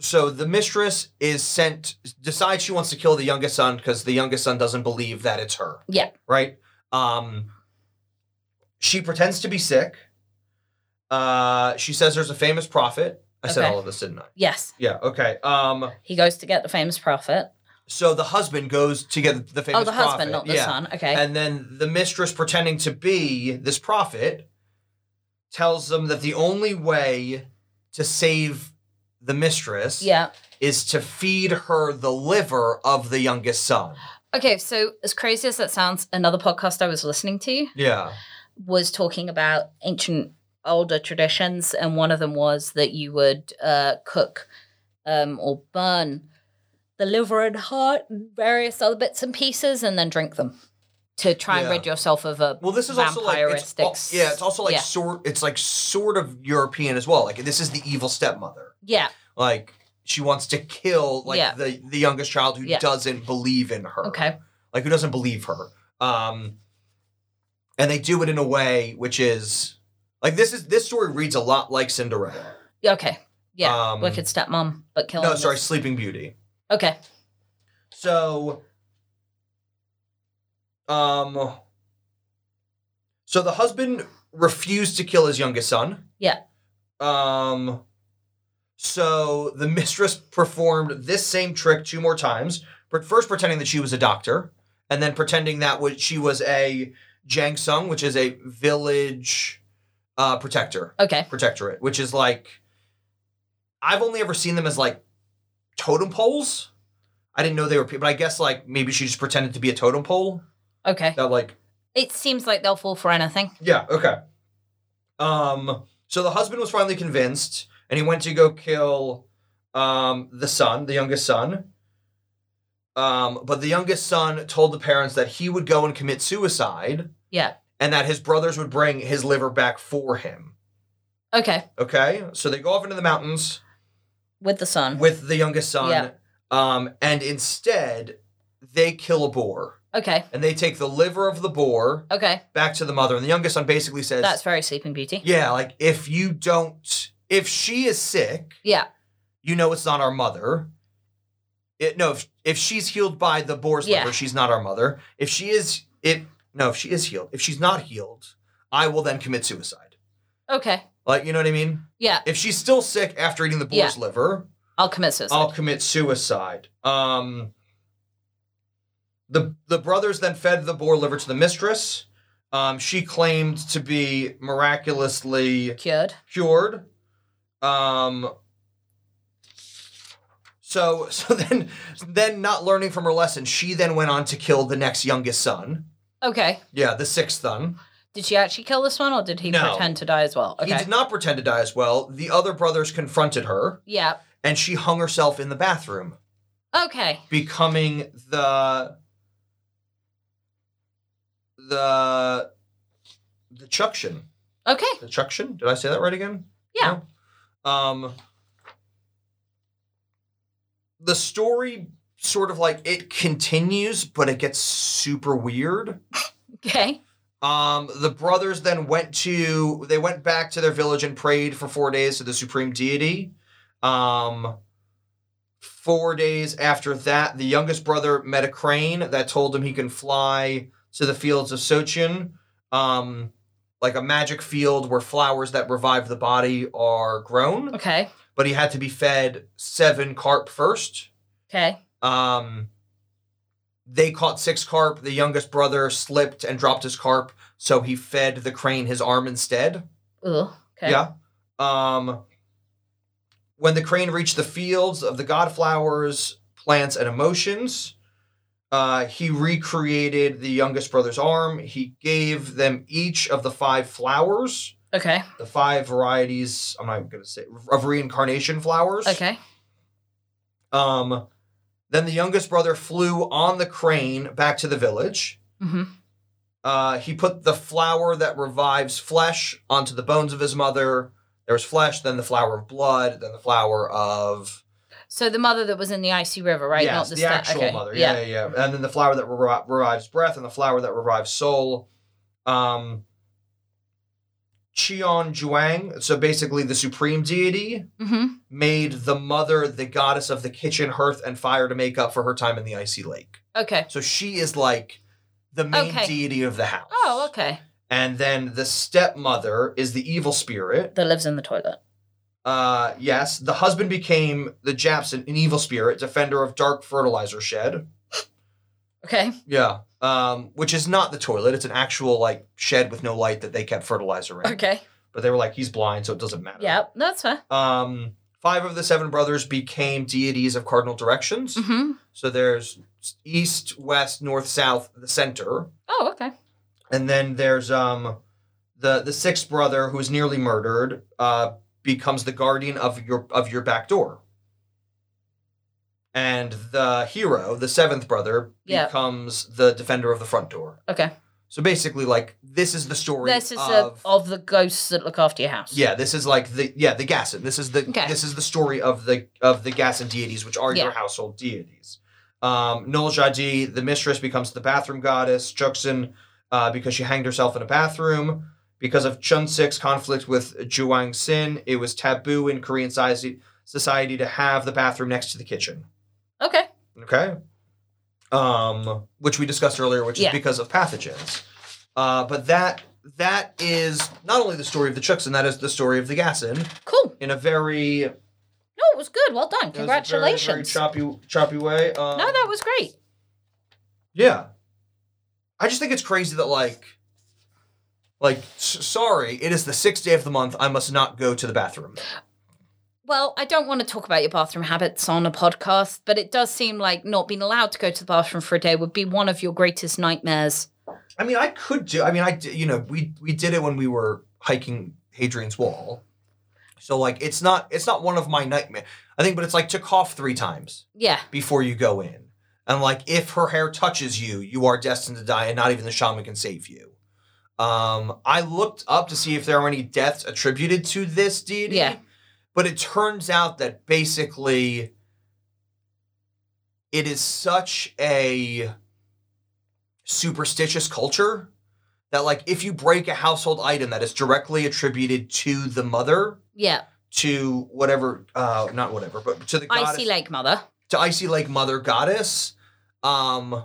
[SPEAKER 2] so the mistress is sent decides she wants to kill the youngest son because the youngest son doesn't believe that it's her.
[SPEAKER 1] Yeah.
[SPEAKER 2] Right. Um, she pretends to be sick. Uh, she says there's a famous prophet. I said
[SPEAKER 1] Okay.
[SPEAKER 2] all of this, didn't I?
[SPEAKER 1] Yes.
[SPEAKER 2] Yeah. Okay. Um,
[SPEAKER 1] He goes to get the famous prophet.
[SPEAKER 2] So the husband goes to get the famous
[SPEAKER 1] oh, the
[SPEAKER 2] prophet.
[SPEAKER 1] husband, not the
[SPEAKER 2] yeah.
[SPEAKER 1] son. Okay.
[SPEAKER 2] And then the mistress, pretending to be this prophet, tells them that the only way to save the mistress
[SPEAKER 1] yeah.
[SPEAKER 2] is to feed her the liver of the youngest son.
[SPEAKER 1] Okay. So, as crazy as that sounds, another podcast I was listening to
[SPEAKER 2] Yeah.
[SPEAKER 1] was talking about ancient older traditions and one of them was that you would uh, cook um, or burn the liver and heart and various other bits and pieces and then drink them to try and
[SPEAKER 2] Yeah.
[SPEAKER 1] rid yourself of a
[SPEAKER 2] Well, this is also like it's, al-
[SPEAKER 1] Vampiristic.
[SPEAKER 2] yeah, it's also like
[SPEAKER 1] Yeah.
[SPEAKER 2] sort it's like sort of European as well. Like this is the evil stepmother.
[SPEAKER 1] yeah
[SPEAKER 2] Like she wants to kill like
[SPEAKER 1] Yeah.
[SPEAKER 2] the the youngest child who
[SPEAKER 1] Yeah.
[SPEAKER 2] doesn't believe in her.
[SPEAKER 1] okay
[SPEAKER 2] like who doesn't believe her um and they do it in a way which is like this is this story reads a lot like cinderella
[SPEAKER 1] yeah okay yeah
[SPEAKER 2] Um,
[SPEAKER 1] wicked stepmom but kill
[SPEAKER 2] no sorry sleeping beauty
[SPEAKER 1] okay
[SPEAKER 2] so um so the husband refused to kill his youngest son
[SPEAKER 1] Yeah.
[SPEAKER 2] um so the mistress performed this same trick two more times but first pretending that she was a doctor and then pretending that was, she was a jangsung which is a village uh protector
[SPEAKER 1] okay
[SPEAKER 2] protectorate which is like i've only ever seen them as like totem poles i didn't know they were people but i guess like maybe she just pretended to be a totem pole
[SPEAKER 1] okay
[SPEAKER 2] that like
[SPEAKER 1] it seems like they'll fall for anything
[SPEAKER 2] yeah okay um so the husband was finally convinced and he went to go kill um the son the youngest son um but the youngest son told the parents that he would go and commit suicide
[SPEAKER 1] yeah
[SPEAKER 2] and that his brothers would bring his liver back for him
[SPEAKER 1] okay
[SPEAKER 2] okay so they go off into the mountains
[SPEAKER 1] with the son
[SPEAKER 2] with the youngest son.
[SPEAKER 1] Yeah.
[SPEAKER 2] Um, and instead, they kill a boar
[SPEAKER 1] okay
[SPEAKER 2] and they take the liver of the boar
[SPEAKER 1] okay
[SPEAKER 2] back to the mother. And the youngest son basically says,
[SPEAKER 1] that's very sleeping beauty
[SPEAKER 2] Yeah, like if you don't, if she is sick,
[SPEAKER 1] yeah
[SPEAKER 2] you know it's not our mother. It, no, if, if she's healed by the boar's
[SPEAKER 1] Yeah.
[SPEAKER 2] liver, she's not our mother. If she is, it no, if she is healed, if she's not healed, I will then commit suicide.
[SPEAKER 1] okay
[SPEAKER 2] Like, you know what I mean?
[SPEAKER 1] yeah
[SPEAKER 2] If she's still sick after eating the boar's liver,
[SPEAKER 1] i'll commit suicide
[SPEAKER 2] I'll commit suicide. Um, the the brothers then fed the boar liver to the mistress. Um, she claimed to be miraculously
[SPEAKER 1] cured
[SPEAKER 2] cured. Um, so [laughs] so then then not learning from her lesson, she then went on to kill the next youngest son.
[SPEAKER 1] okay
[SPEAKER 2] Yeah, the sixth son.
[SPEAKER 1] Did she actually kill this one, or did he
[SPEAKER 2] No.
[SPEAKER 1] pretend to die as well? Okay.
[SPEAKER 2] He did not pretend to die as well. The other brothers confronted her,
[SPEAKER 1] yeah.
[SPEAKER 2] and she hung herself in the bathroom.
[SPEAKER 1] Okay.
[SPEAKER 2] becoming the the the chuction.
[SPEAKER 1] Okay.
[SPEAKER 2] The chuction? Did I say that right again?
[SPEAKER 1] Yeah.
[SPEAKER 2] No? Um the story sort of like it continues, but it gets super weird.
[SPEAKER 1] Okay.
[SPEAKER 2] Um, the brothers then went to they went back to their village and prayed for four days to the supreme deity. Um, four days after that, the youngest brother met a crane that told him he can fly to the fields of Sochin, um, like a magic field where flowers that revive the body are grown.
[SPEAKER 1] Okay.
[SPEAKER 2] But he had to be fed seven carp first.
[SPEAKER 1] Okay.
[SPEAKER 2] Um, they caught six carp. The youngest brother slipped and dropped his carp, so he fed the crane his arm instead.
[SPEAKER 1] Ugh. Okay.
[SPEAKER 2] Yeah. Um, when the crane reached the fields of the godflowers, plants, and emotions, uh, he recreated the youngest brother's arm. He gave them each of the five flowers,
[SPEAKER 1] Okay.
[SPEAKER 2] the five varieties. I'm not going to say of reincarnation flowers.
[SPEAKER 1] Okay.
[SPEAKER 2] Um, then the youngest brother flew on the crane back to the village.
[SPEAKER 1] hmm
[SPEAKER 2] Uh, he put the flower that revives flesh onto the bones of his mother. There was flesh, then the flower of blood, then the flower of
[SPEAKER 1] So the mother that was in the icy river, right?
[SPEAKER 2] Yes,
[SPEAKER 1] Not the,
[SPEAKER 2] the,
[SPEAKER 1] sta-
[SPEAKER 2] actual
[SPEAKER 1] okay.
[SPEAKER 2] mother. Yeah, yeah, yeah, And then the flower that re- revives breath, and the flower that revives soul. Um, Qion Zhuang, so basically the supreme deity,
[SPEAKER 1] hmm
[SPEAKER 2] made the mother the goddess of the kitchen, hearth, and fire to make up for her time in the icy lake.
[SPEAKER 1] Okay.
[SPEAKER 2] So she is like the main
[SPEAKER 1] Okay.
[SPEAKER 2] deity of the house.
[SPEAKER 1] Oh, okay.
[SPEAKER 2] And then the stepmother is the evil spirit.
[SPEAKER 1] That lives in the toilet.
[SPEAKER 2] Uh, yes, the husband became the Japs, an evil spirit, defender of dark fertilizer shed.
[SPEAKER 1] Okay. [laughs]
[SPEAKER 2] Yeah. Um, which is not the toilet. It's an actual like shed with no light that they kept fertilizer in.
[SPEAKER 1] Okay.
[SPEAKER 2] But they were like, he's blind, so it doesn't matter.
[SPEAKER 1] Yeah, that's fair.
[SPEAKER 2] Um, five of the seven brothers became deities of cardinal directions.
[SPEAKER 1] Mm-hmm.
[SPEAKER 2] So there's east, west, north, south, the center,
[SPEAKER 1] Oh, okay.
[SPEAKER 2] and then there's um, the the sixth brother who is nearly murdered. Uh, becomes the guardian of your of your back door. And the hero, the seventh brother,
[SPEAKER 1] Yeah.
[SPEAKER 2] becomes the defender of the front door.
[SPEAKER 1] Okay.
[SPEAKER 2] So basically, like this is the story
[SPEAKER 1] This is
[SPEAKER 2] of,
[SPEAKER 1] of, of the ghosts that look after your house.
[SPEAKER 2] yeah, this is like the yeah the Gasson. This is the
[SPEAKER 1] Okay.
[SPEAKER 2] this is the story of the of the Gasson deities, which are your
[SPEAKER 1] Yeah.
[SPEAKER 2] household deities. Um, Nol Jadi, the mistress, becomes the bathroom goddess. Juxin, uh, because she hanged herself in a bathroom. Because of Chun Sik's conflict with Zhuang Sin, it was taboo in Korean society society to have the bathroom next to the kitchen.
[SPEAKER 1] Okay.
[SPEAKER 2] Okay. Um, which we discussed earlier, which
[SPEAKER 1] Yeah.
[SPEAKER 2] is because of pathogens. Uh, but that that is not only the story of the Chuxin, that is the story of the Gassin
[SPEAKER 1] Cool.
[SPEAKER 2] in a very it
[SPEAKER 1] No, it was good. Well done.
[SPEAKER 2] was a very, very
[SPEAKER 1] Congratulations.
[SPEAKER 2] choppy choppy way. Um,
[SPEAKER 1] no, that was great.
[SPEAKER 2] yeah. I just think it's crazy that like like s- sorry, it is the sixth day of the month. I must not go to the bathroom.
[SPEAKER 1] Well, I don't want to talk about your bathroom habits on a podcast, but it does seem like not being allowed to go to the bathroom for a day would be one of your greatest nightmares.
[SPEAKER 2] I mean, I could do. I mean, I d- you know we we did it when we were hiking Hadrian's Wall. So like it's not it's not one of my nightmare. I think, but it's like to cough three times
[SPEAKER 1] Yeah.
[SPEAKER 2] before you go in, and like if her hair touches you, you are destined to die, and not even the shaman can save you. Um, I looked up to see if there are any deaths attributed to this deity.
[SPEAKER 1] Yeah.
[SPEAKER 2] But it turns out that basically it is such a superstitious culture that like if you break a household item that is directly attributed to the mother
[SPEAKER 1] Yeah.
[SPEAKER 2] to whatever uh not whatever but to the goddess
[SPEAKER 1] Icy Lake Mother.
[SPEAKER 2] to icy lake mother goddess um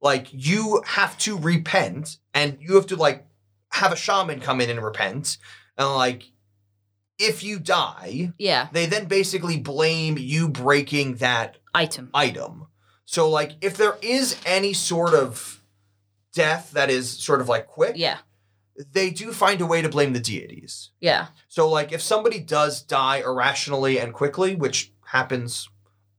[SPEAKER 2] like you have to repent and you have to like have a shaman come in and repent and like if you die
[SPEAKER 1] Yeah.
[SPEAKER 2] they then basically blame you breaking that
[SPEAKER 1] Item.
[SPEAKER 2] item. So like if there is any sort of death that is sort of like quick,
[SPEAKER 1] Yeah.
[SPEAKER 2] they do find a way to blame the deities.
[SPEAKER 1] Yeah.
[SPEAKER 2] So like if somebody does die irrationally and quickly, which happens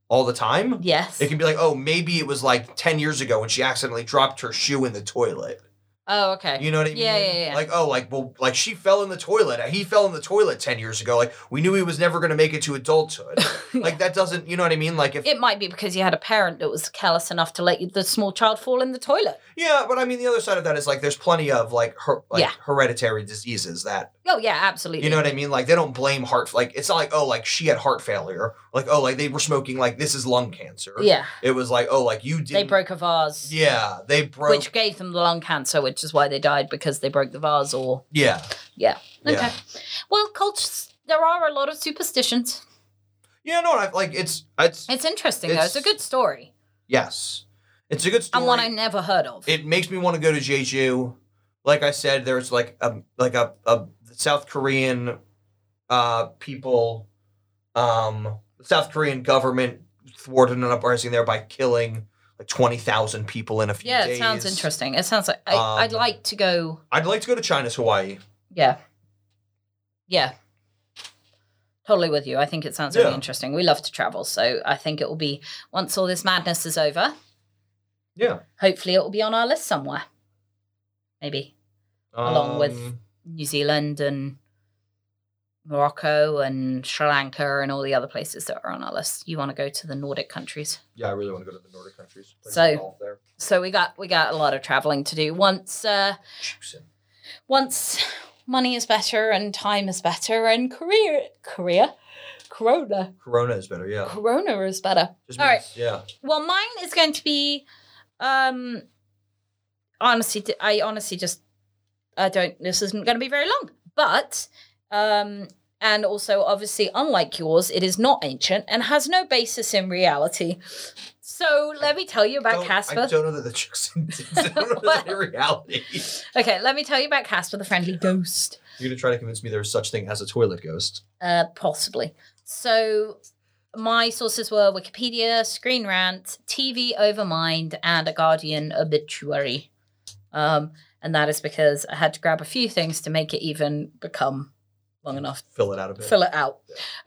[SPEAKER 2] all the time,
[SPEAKER 1] Yes.
[SPEAKER 2] it can be like, "Oh, maybe it was like 10 years ago when she accidentally dropped her shoe in the toilet."
[SPEAKER 1] Oh, okay. [laughs]
[SPEAKER 2] You know what I mean?
[SPEAKER 1] Yeah, yeah, yeah.
[SPEAKER 2] Like, oh, like, well, like she fell in the toilet. He fell in the toilet 10 years ago. Like, we knew he was never going to make it
[SPEAKER 1] [laughs]
[SPEAKER 2] to adulthood. like, that doesn't, you know what I mean? Like, if,
[SPEAKER 1] It might be because you had a parent that was callous enough to let you, the small child fall in the toilet.
[SPEAKER 2] yeah, but I mean, the other side of that is like, there's plenty of like, her, like
[SPEAKER 1] Yeah.
[SPEAKER 2] hereditary diseases that,
[SPEAKER 1] Oh, yeah, absolutely.
[SPEAKER 2] you know what I mean? Like, they don't blame heart, like, it's not like, oh, like she had heart failure. Like, oh, like they were smoking, like, this is lung cancer.
[SPEAKER 1] yeah.
[SPEAKER 2] It was like, oh, like you did.
[SPEAKER 1] They broke a vase,
[SPEAKER 2] Yeah, they broke.
[SPEAKER 1] which gave them the lung cancer, which is why they died because they broke the vase or.
[SPEAKER 2] yeah.
[SPEAKER 1] Yeah. Okay.
[SPEAKER 2] Yeah.
[SPEAKER 1] Well, cultures, there are a lot of superstitions.
[SPEAKER 2] Yeah, no, I, like, it's, it's,
[SPEAKER 1] It's interesting, though. It's a
[SPEAKER 2] It's-
[SPEAKER 1] good story.
[SPEAKER 2] yes. It's a good story.
[SPEAKER 1] and one I never heard of.
[SPEAKER 2] it makes me want to go to Jeju. Like I said, there's like a like a, a South Korean uh people um the South Korean government thwarted an uprising there by killing like 20,000 people in a few
[SPEAKER 1] yeah,
[SPEAKER 2] days.
[SPEAKER 1] it sounds interesting. It sounds like I,
[SPEAKER 2] Um,
[SPEAKER 1] I'd like to go.
[SPEAKER 2] I'd like to go to China's Hawaii.
[SPEAKER 1] Yeah. Yeah. Totally with you. I think it sounds really
[SPEAKER 2] Yeah.
[SPEAKER 1] interesting. We love to travel. So I think it will be, once all this madness is over,
[SPEAKER 2] Yeah.
[SPEAKER 1] hopefully it will be on our list somewhere. Maybe Along with-
[SPEAKER 2] Um,
[SPEAKER 1] New Zealand and Morocco and Sri Lanka and all the other places that are on our list. You want to go to the Nordic countries.
[SPEAKER 2] Yeah, I really want to go to the Nordic countries. Play
[SPEAKER 1] So-
[SPEAKER 2] golf there.
[SPEAKER 1] So we got we got a lot of traveling to do. Once uh
[SPEAKER 2] Juicing.
[SPEAKER 1] once money is better and time is better and career career corona
[SPEAKER 2] Corona is better, yeah.
[SPEAKER 1] corona is better
[SPEAKER 2] Just
[SPEAKER 1] All right.
[SPEAKER 2] means- Yeah.
[SPEAKER 1] well mine is going to be um honestly d- i honestly just i don't this isn't going to be very long but um and also obviously unlike yours it is not ancient and has no basis in reality So let me tell you about
[SPEAKER 2] Don't-
[SPEAKER 1] Casper.
[SPEAKER 2] I don't know that the jokes.
[SPEAKER 1] [laughs]
[SPEAKER 2] I [laughs] don't know that in reality.
[SPEAKER 1] Okay, let me tell you about Casper the Friendly Ghost.
[SPEAKER 2] You're gonna try to convince me there's such thing as a toilet ghost.
[SPEAKER 1] Uh, possibly. So my sources were Wikipedia, Screen Rant, TV Overmind, and a Guardian obituary. Um, and that is because I had to grab a few things to make it even become long enough
[SPEAKER 2] Fill it out a bit.
[SPEAKER 1] fill it out.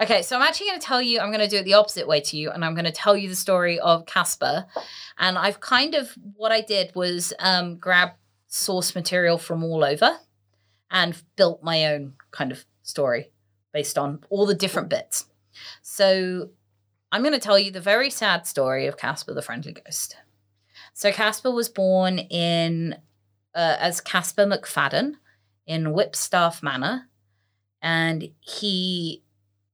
[SPEAKER 1] Okay, so I'm actually going to tell you, I'm going to do it the opposite way to you, and I'm going to tell you the story of Casper. And I've kind of, what I did was um, grab source material from all over and built my own kind of story based on all the different bits. So I'm going to tell you the very sad story of Casper the Friendly Ghost. So Casper was born in, uh, as Casper McFadden in Whipstaff Manor and he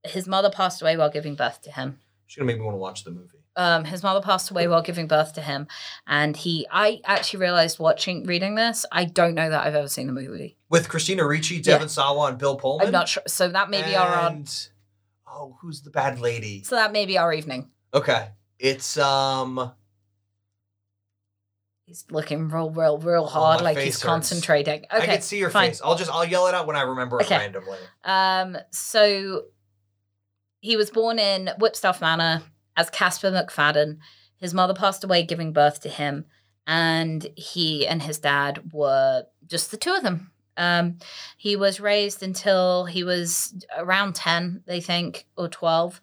[SPEAKER 1] his mother passed away while giving birth to him
[SPEAKER 2] She's gonna make me want to watch the movie.
[SPEAKER 1] um, his mother passed away while giving birth to him and he i actually realized watching reading this i don't know that i've ever seen the movie
[SPEAKER 2] With Christina Ricci, Devin Sawa, and Bill Pullman.
[SPEAKER 1] i'm not sure so that may be our
[SPEAKER 2] And- Oh, who's the bad lady?
[SPEAKER 1] so that may be our evening
[SPEAKER 2] Okay. It's um
[SPEAKER 1] he's looking real real real hard
[SPEAKER 2] Oh, my
[SPEAKER 1] like he's
[SPEAKER 2] face hurts.
[SPEAKER 1] concentrating
[SPEAKER 2] I
[SPEAKER 1] okay
[SPEAKER 2] can see your
[SPEAKER 1] fine.
[SPEAKER 2] face. I'll just I'll yell it out when I remember
[SPEAKER 1] Okay.
[SPEAKER 2] it randomly.
[SPEAKER 1] Um, so he was born in Whipstaff Manor as Casper McFadden. His mother passed away giving birth to him, and he and his dad were just the two of them. Um, he was raised until he was around 10, they think, or 12.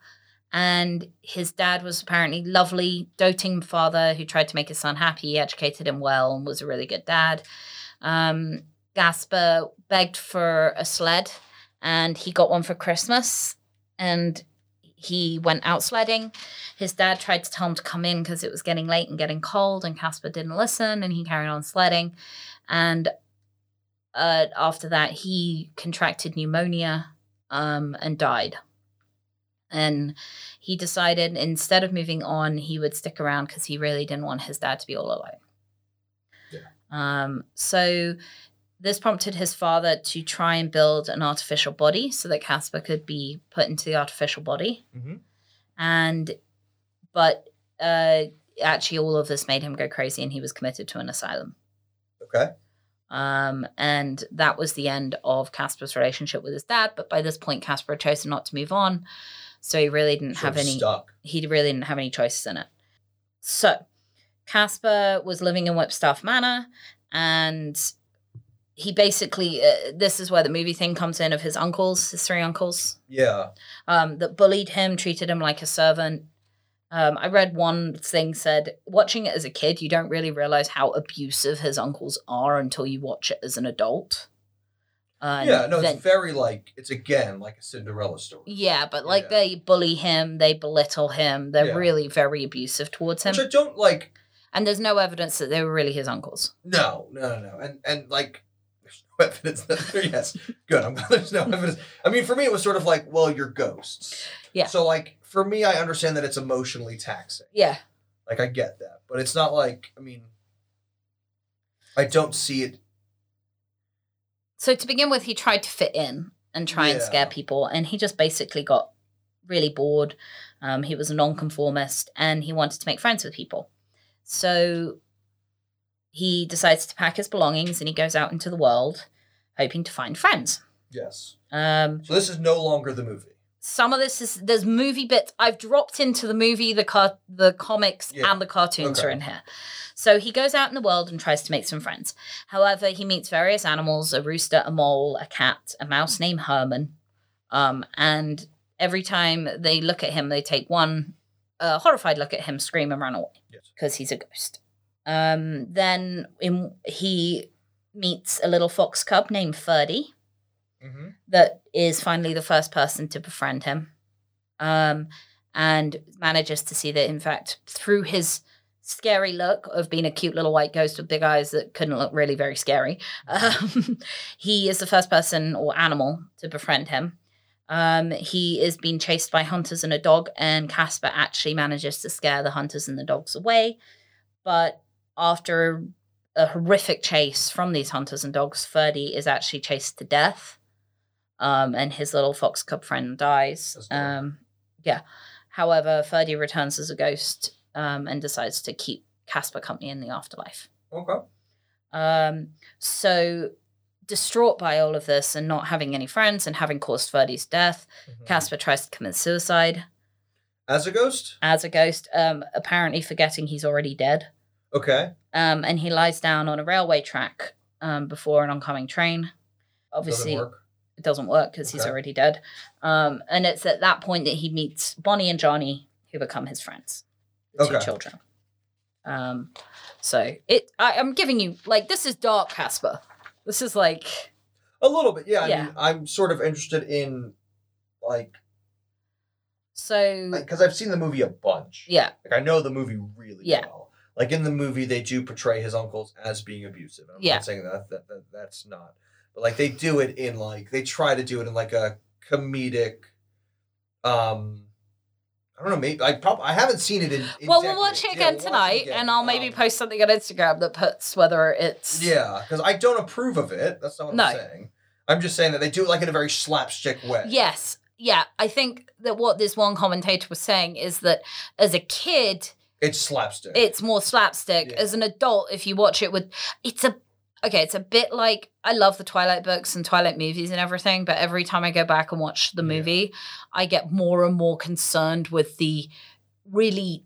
[SPEAKER 1] And his dad was apparently lovely, doting father who tried to make his son happy, educated him well, and was a really good dad. Um, Gasper begged for a sled and he got one for Christmas and he went out sledding. His dad tried to tell him to come in because it was getting late and getting cold, and Casper didn't listen and he carried on sledding. And uh, after that, he contracted pneumonia um, and died. And he decided instead of moving on, he would stick around because he really didn't want his dad to be all alone.
[SPEAKER 2] Yeah.
[SPEAKER 1] Um, so this prompted his father to try and build an artificial body so that Casper could be put into the artificial body.
[SPEAKER 2] Mm-hmm.
[SPEAKER 1] And, but uh, actually, all of this made him go crazy and he was committed to an asylum.
[SPEAKER 2] Okay.
[SPEAKER 1] Um, and that was the end of Casper's relationship with his dad. But by this point, Casper had chosen not to move on. So he really didn't have
[SPEAKER 2] Sort of
[SPEAKER 1] any
[SPEAKER 2] stuck.
[SPEAKER 1] he really didn't have any choices in it. So, Casper was living in Whipstaff Manor, and he basically uh, this is where the movie thing comes in of his uncles, his three uncles,
[SPEAKER 2] Yeah.
[SPEAKER 1] um, that bullied him, treated him like a servant. Um, I read one thing said, watching it as a kid, you don't really realize how abusive his uncles are until you watch it as an adult. Uh,
[SPEAKER 2] yeah, no,
[SPEAKER 1] then-
[SPEAKER 2] it's very like it's again like a Cinderella story.
[SPEAKER 1] yeah, but like
[SPEAKER 2] Yeah.
[SPEAKER 1] they bully him, they belittle him, they're
[SPEAKER 2] Yeah.
[SPEAKER 1] really very abusive towards him.
[SPEAKER 2] Which I don't like
[SPEAKER 1] And there's no evidence that they were really his uncles.
[SPEAKER 2] No, no, no, no. And and like there's no [laughs] evidence that there yes. Good. I'm glad there's no evidence. I mean, for me it was sort of like, well, you're ghosts.
[SPEAKER 1] Yeah.
[SPEAKER 2] So like for me, I understand that it's emotionally taxing.
[SPEAKER 1] Yeah.
[SPEAKER 2] Like I get that. But it's not like I mean I don't see it
[SPEAKER 1] So to begin with, he tried to fit in and try and
[SPEAKER 2] Yeah.
[SPEAKER 1] scare people, and he just basically got really bored. Um, he was a nonconformist, and he wanted to make friends with people. So he decides to pack his belongings and he goes out into the world, hoping to find friends.
[SPEAKER 2] yes.
[SPEAKER 1] Um,
[SPEAKER 2] So this is no longer the movie.
[SPEAKER 1] some of this is there's movie bits I've dropped into the movie, the car, the comics,
[SPEAKER 2] Yeah.
[SPEAKER 1] and the cartoons
[SPEAKER 2] Okay.
[SPEAKER 1] are in here. So he goes out in the world and tries to make some friends. However, he meets various animals: a rooster, a mole, a cat, a mouse named Herman. Um, and every time they look at him, they take one uh, horrified look at him, scream, and run away
[SPEAKER 2] Yes.
[SPEAKER 1] because he's a ghost. Um, then in, he meets a little fox cub named Ferdy
[SPEAKER 2] Mm-hmm.
[SPEAKER 1] that is finally the first person to befriend him um, and manages to see that, in fact, through his scary look of being a cute little white ghost with big eyes that couldn't look really very scary, um, [laughs] he is the first person or animal to befriend him. Um, he is being chased by hunters and a dog, and Casper actually manages to scare the hunters and the dogs away. But after a horrific chase from these hunters and dogs, Ferdy is actually chased to death. Um, and his little fox cub friend dies.
[SPEAKER 2] That's terrible.
[SPEAKER 1] Um, yeah. However, Ferdy returns as a ghost um, and decides to keep Casper company in the afterlife.
[SPEAKER 2] Okay.
[SPEAKER 1] Um, so, distraught by all of this and not having any friends and having caused Ferdy's death,
[SPEAKER 2] Mhm.
[SPEAKER 1] Casper tries to commit suicide
[SPEAKER 2] As a ghost?
[SPEAKER 1] as a ghost, um, apparently forgetting he's already dead.
[SPEAKER 2] Okay.
[SPEAKER 1] Um, and he lies down on a railway track um, before an oncoming train. Obviously,
[SPEAKER 2] Doesn't work.
[SPEAKER 1] it doesn't work because he's
[SPEAKER 2] Okay.
[SPEAKER 1] already dead. Um, and it's at that point that he meets Bonnie and Johnny, who become his friends, the two
[SPEAKER 2] Okay.
[SPEAKER 1] children. Um, so it, I, I'm giving you like this is dark, Casper. This is like
[SPEAKER 2] A little bit, yeah. I
[SPEAKER 1] Yeah.
[SPEAKER 2] mean, I'm sort of interested in, like,
[SPEAKER 1] so
[SPEAKER 2] because I've seen the movie a bunch.
[SPEAKER 1] yeah,
[SPEAKER 2] Like, I know the movie really
[SPEAKER 1] Yeah.
[SPEAKER 2] well. Like, in the movie, they do portray his uncles as being abusive. I'm
[SPEAKER 1] Yeah.
[SPEAKER 2] not saying that, that, that that's not. But, like, they do it in, like, they try to do it in, like, a comedic, um, I don't know, maybe, I probably, I haven't seen it in, in
[SPEAKER 1] well, we'll
[SPEAKER 2] decades.
[SPEAKER 1] watch it
[SPEAKER 2] Yeah,
[SPEAKER 1] again
[SPEAKER 2] we'll watch it
[SPEAKER 1] tonight,
[SPEAKER 2] again.
[SPEAKER 1] and I'll maybe
[SPEAKER 2] Um,
[SPEAKER 1] post something on Instagram that puts whether it's
[SPEAKER 2] Yeah, because I don't approve of it. That's not what
[SPEAKER 1] No.
[SPEAKER 2] I'm saying. I'm just saying that they do it like in a very slapstick way.
[SPEAKER 1] yes, yeah. I think that what this one commentator was saying is that as a kid,
[SPEAKER 2] It's slapstick.
[SPEAKER 1] it's more slapstick.
[SPEAKER 2] Yeah.
[SPEAKER 1] As an adult, if you watch it with, it's a okay. It's a bit like I love the Twilight books and Twilight movies and everything, but every time I go back and watch the
[SPEAKER 2] Yeah.
[SPEAKER 1] movie, I get more and more concerned with the really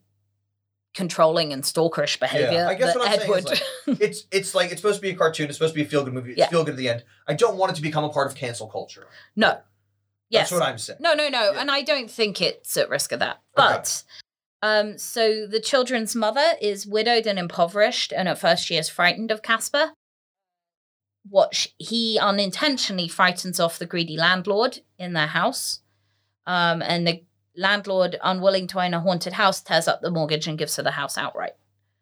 [SPEAKER 1] controlling and stalkerish behavior
[SPEAKER 2] I guess
[SPEAKER 1] that
[SPEAKER 2] what I'm saying is,
[SPEAKER 1] Edward. [laughs]
[SPEAKER 2] it's it's like it's supposed to be a cartoon. It's supposed to be a feel good movie. It's
[SPEAKER 1] Yeah.
[SPEAKER 2] feel good at the end. I don't want it to become a part of cancel culture.
[SPEAKER 1] no, yes,
[SPEAKER 2] That's what I'm saying.
[SPEAKER 1] no, no, no,
[SPEAKER 2] Yeah.
[SPEAKER 1] and I don't think it's at risk of that, but. Um, so the children's mother is widowed and impoverished, and at first she is frightened of Casper. What sh- he unintentionally frightens off the greedy landlord in their house, um, and the landlord, unwilling to own a haunted house, tears up the mortgage and gives her the house outright.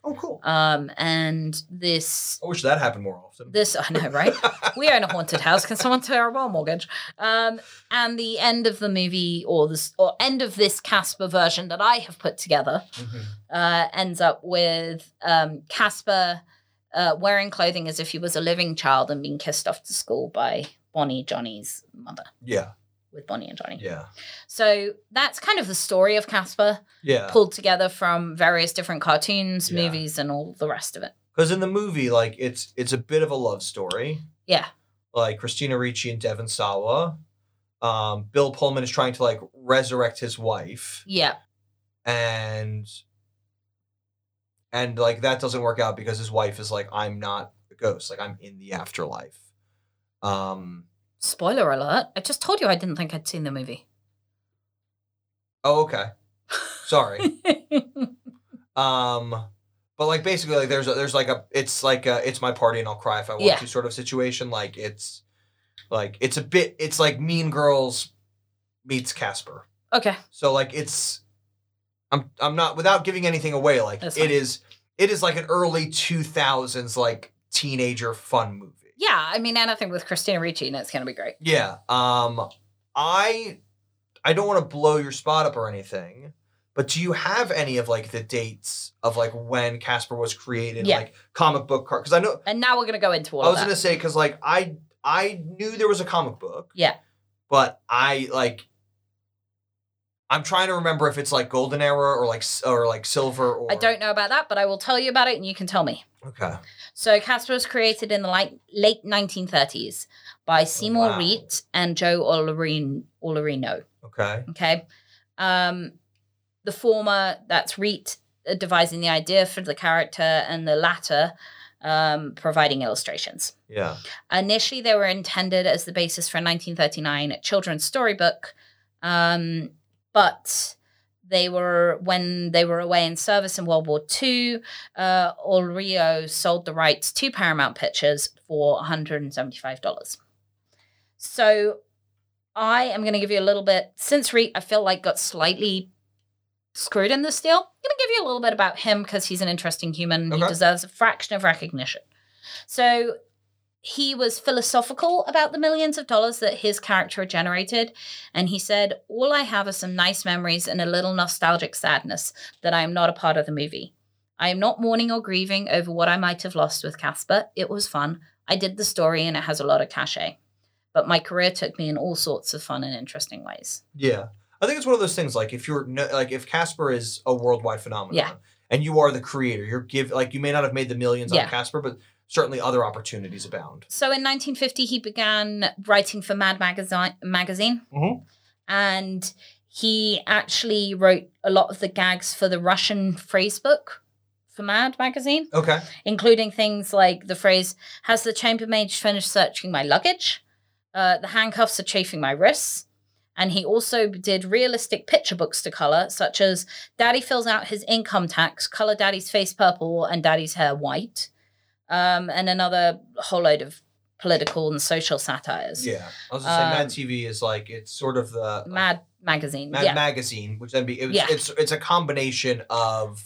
[SPEAKER 2] Oh, cool.
[SPEAKER 1] Um, and this,
[SPEAKER 2] I wish that happened more often.
[SPEAKER 1] this I know, right? we own a haunted house. Can someone tear up our mortgage? Um, and the end of the movie, or this, or end of this Casper version that I have put together
[SPEAKER 2] Mhm.
[SPEAKER 1] uh, ends up with um, Casper uh, wearing clothing as if he was a living child and being kissed off to school by Bonnie, Johnny's mother,
[SPEAKER 2] Yeah,
[SPEAKER 1] with Bonnie and Johnny.
[SPEAKER 2] yeah,
[SPEAKER 1] So that's kind of the story of Casper,
[SPEAKER 2] yeah.
[SPEAKER 1] pulled together from various different cartoons,
[SPEAKER 2] Yeah.
[SPEAKER 1] movies, and all the rest of it.
[SPEAKER 2] Because in the movie, like it's it's a bit of a love story.
[SPEAKER 1] Yeah.
[SPEAKER 2] Like Christina Ricci and Devon Sawa. Um, Bill Pullman is trying to like resurrect his wife.
[SPEAKER 1] Yeah.
[SPEAKER 2] and and like that doesn't work out because his wife is like i'm not a ghost like i'm in the afterlife um
[SPEAKER 1] Spoiler alert. I just told you I didn't think I'd seen the movie.
[SPEAKER 2] oh okay sorry um but like basically like there's a, there's like a it's like a, it's my party and i'll cry if i want
[SPEAKER 1] Yeah.
[SPEAKER 2] to sort of situation like it's like it's a bit it's like mean girls meets casper
[SPEAKER 1] okay.
[SPEAKER 2] So like it's I'm I'm not without giving anything away, like
[SPEAKER 1] That's
[SPEAKER 2] it
[SPEAKER 1] fine.
[SPEAKER 2] is it is like an early two thousands like teenager fun movie.
[SPEAKER 1] Yeah. I mean, anything with Christina Ricci, and it's going to be great.
[SPEAKER 2] Yeah. Um I I don't want to blow your spot up or anything, but do you have any of like the dates of like when Casper was created,
[SPEAKER 1] Yeah.
[SPEAKER 2] like comic book card? Because I know
[SPEAKER 1] And now we're going to go into all
[SPEAKER 2] I
[SPEAKER 1] of
[SPEAKER 2] was
[SPEAKER 1] that.
[SPEAKER 2] gonna say because like I I knew there was a comic book.
[SPEAKER 1] Yeah.
[SPEAKER 2] But I like. I'm trying to remember if it's like golden era or like s- or like silver or
[SPEAKER 1] I don't know about that, but I will tell you about it and you can tell me.
[SPEAKER 2] Okay.
[SPEAKER 1] So Casper was created in the late, late 1930s by Seymour
[SPEAKER 2] Oh, Wow.
[SPEAKER 1] Reet and Joe Olorino. Olorino
[SPEAKER 2] Okay.
[SPEAKER 1] okay, um, the former that's Reet uh, devising the idea for the character, and the latter um, providing illustrations.
[SPEAKER 2] Yeah.
[SPEAKER 1] Initially, they were intended as the basis for a 1939 children's storybook, um, but they were when they were away in service in World War II. Uh, Olrio sold the rights to Paramount Pictures for 175 dollars. So, I am going to give you a little bit since Reed. I feel like got slightly screwed in this deal. I'm going to give you a little bit about him because he's an interesting human. He
[SPEAKER 2] Okay.
[SPEAKER 1] deserves a fraction of recognition. So he was philosophical about the millions of dollars that his character had generated. And he said, All I have are some nice memories and a little nostalgic sadness that I am not a part of the movie. I am not mourning or grieving over what I might have lost with Casper. It was fun. I did the story and it has a lot of cachet. But my career took me in all sorts of fun and interesting ways.
[SPEAKER 2] Yeah. I think it's one of those things like if you're no, like if Casper is a worldwide phenomenon.
[SPEAKER 1] Yeah.
[SPEAKER 2] and you are the creator. You're give like you may not have made the millions
[SPEAKER 1] Yeah.
[SPEAKER 2] on Casper, but certainly other opportunities abound.
[SPEAKER 1] So in 1950, he began writing for Mad Magazine. magazine
[SPEAKER 2] Mhm.
[SPEAKER 1] And he actually wrote a lot of the gags for the Russian phrase book for Mad Magazine,
[SPEAKER 2] Okay.
[SPEAKER 1] including things like the phrase, Has the chambermaid finished searching my luggage? Uh, the handcuffs are chafing my wrists. And he also did realistic picture books to color, such as Daddy fills out his income tax, color Daddy's face purple and Daddy's hair white, um, and another whole load of political and social satires.
[SPEAKER 2] Yeah. I was just saying
[SPEAKER 1] Um,
[SPEAKER 2] Mad TV is like it's sort of the like,
[SPEAKER 1] Mad magazine.
[SPEAKER 2] Mad
[SPEAKER 1] yeah.
[SPEAKER 2] magazine, which then be it was,
[SPEAKER 1] Yeah.
[SPEAKER 2] it's it's a combination of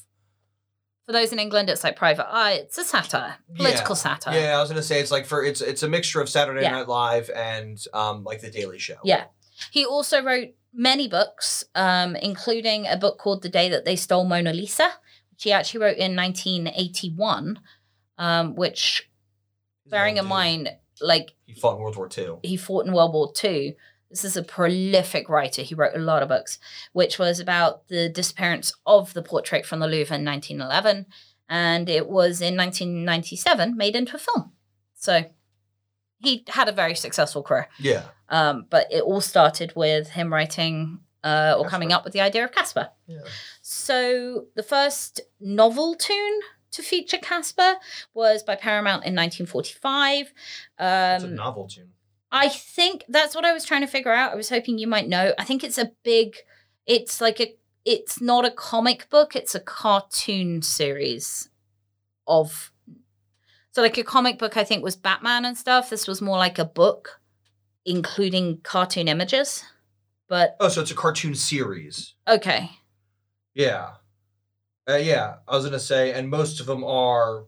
[SPEAKER 1] For those in England, it's like Private Eye. It's a satire, political satire.
[SPEAKER 2] yeah. I was gonna say it's like for it's it's a mixture of Saturday
[SPEAKER 1] Yeah.
[SPEAKER 2] Night Live and um like The Daily Show.
[SPEAKER 1] Yeah. He also wrote many books, um, including a book called The Day That They Stole Mona Lisa, which he actually wrote in 1981, um, which,
[SPEAKER 2] He's an
[SPEAKER 1] bearing
[SPEAKER 2] old
[SPEAKER 1] in
[SPEAKER 2] dude.
[SPEAKER 1] mind, like
[SPEAKER 2] he fought in World War Two.
[SPEAKER 1] he fought in World War II. This is a prolific writer. He wrote a lot of books, which was about the disappearance of the portrait from the Louvre in 1911. And it was in 1997 made into a film. So he had a very successful career.
[SPEAKER 2] Yeah.
[SPEAKER 1] Um, but it all started with him writing uh, or
[SPEAKER 2] Casper.
[SPEAKER 1] coming up with the idea of Casper.
[SPEAKER 2] Yeah.
[SPEAKER 1] So the first novel tune to feature Casper was by Paramount in 1945.
[SPEAKER 2] It's a
[SPEAKER 1] Um,
[SPEAKER 2] novel tune.
[SPEAKER 1] I think that's what I was trying to figure out. I was hoping you might know. I think it's a big, it's like a, it's not a comic book, it's a cartoon series of. So, like a comic book, I think was Batman and stuff. This was more like a book, including cartoon images. But
[SPEAKER 2] Oh, so it's a cartoon series.
[SPEAKER 1] okay,
[SPEAKER 2] Yeah. Uh, yeah, I was gonna say, and most of them are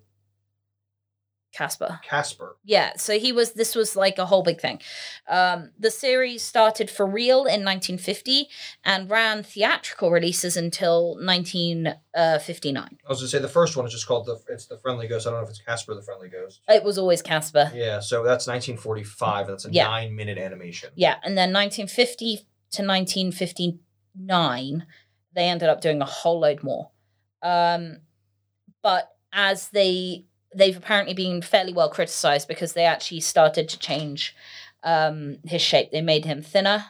[SPEAKER 1] Casper.
[SPEAKER 2] Casper.
[SPEAKER 1] Yeah, so he was. This was like a whole big thing. Um, the series started for real in 1950 and ran theatrical releases until uh, 1959.
[SPEAKER 2] I was gonna say the first one is just called the it's the Friendly Ghost. I don't know if it's Casper the Friendly Ghost.
[SPEAKER 1] It was always Casper.
[SPEAKER 2] Yeah, so that's 1945. That's a
[SPEAKER 1] Yeah.
[SPEAKER 2] nine minute animation.
[SPEAKER 1] Yeah, and then 1950 to 1959, they ended up doing a whole load more. Um, but as they they've apparently been fairly well criticized because they actually started to change um, his shape. They made him thinner,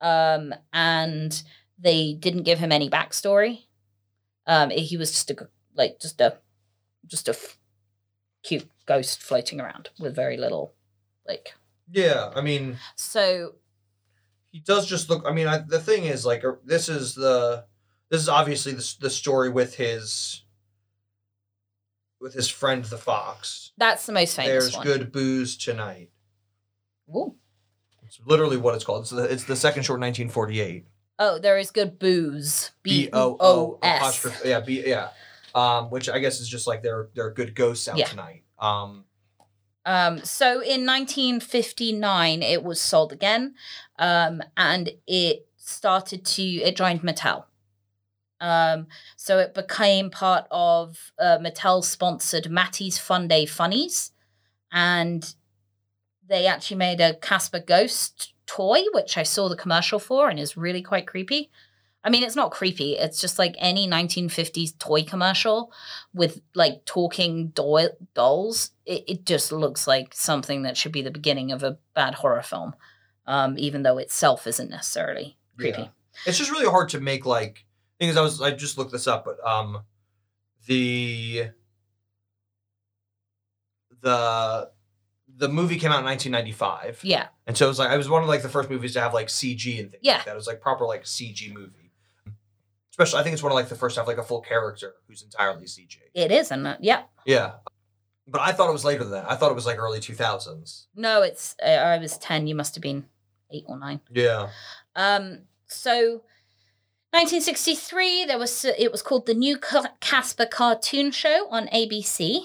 [SPEAKER 1] um, and they didn't give him any backstory. Um, he was just a g- like just a just a f- cute ghost floating around with very little like
[SPEAKER 2] Yeah, I mean,
[SPEAKER 1] so
[SPEAKER 2] he does just look. I mean, I, the thing is, like, uh, this is the this is obviously the, s- the story with his with his friend the fox.
[SPEAKER 1] That's the most famous
[SPEAKER 2] There's
[SPEAKER 1] one.
[SPEAKER 2] good booze tonight.
[SPEAKER 1] Ooh.
[SPEAKER 2] It's literally what it's called. It's the, it's the second short, 1948.
[SPEAKER 1] Oh, there is good booze. B O O S.
[SPEAKER 2] apostrophe- Yeah, B yeah. Um, which I guess is just like their their good ghosts out
[SPEAKER 1] Yeah.
[SPEAKER 2] tonight. Um,
[SPEAKER 1] Um, so in 1959, it was sold again, um, and it started to it joined Mattel. Um, so it became part of uh, Mattel sponsored Matty's Fun Day Funnies, and they actually made a Casper Ghost toy, which I saw the commercial for and is really quite creepy. I mean, it's not creepy. It's just like any 1950s toy commercial with like talking doll- dolls. It, it just looks like something that should be the beginning of a bad horror film, um, even though itself isn't necessarily creepy.
[SPEAKER 2] Yeah. it's just really hard to make like things i was i just looked this up but um the the the movie came out in 1995
[SPEAKER 1] Yeah.
[SPEAKER 2] and so it was like i was one of like the first movies to have like cg and things
[SPEAKER 1] Yeah.
[SPEAKER 2] like that it was like proper like cg movie especially i think it's one of like the first to have like a full character who's entirely cg
[SPEAKER 1] It is, and uh, yeah,
[SPEAKER 2] yeah but i thought it was later than that i thought it was like early 2000s
[SPEAKER 1] no, it's. Uh, I was ten. You must have been eight or nine.
[SPEAKER 2] yeah
[SPEAKER 1] Um, so. 1963 there was it was called the new Ca- casper cartoon show on abc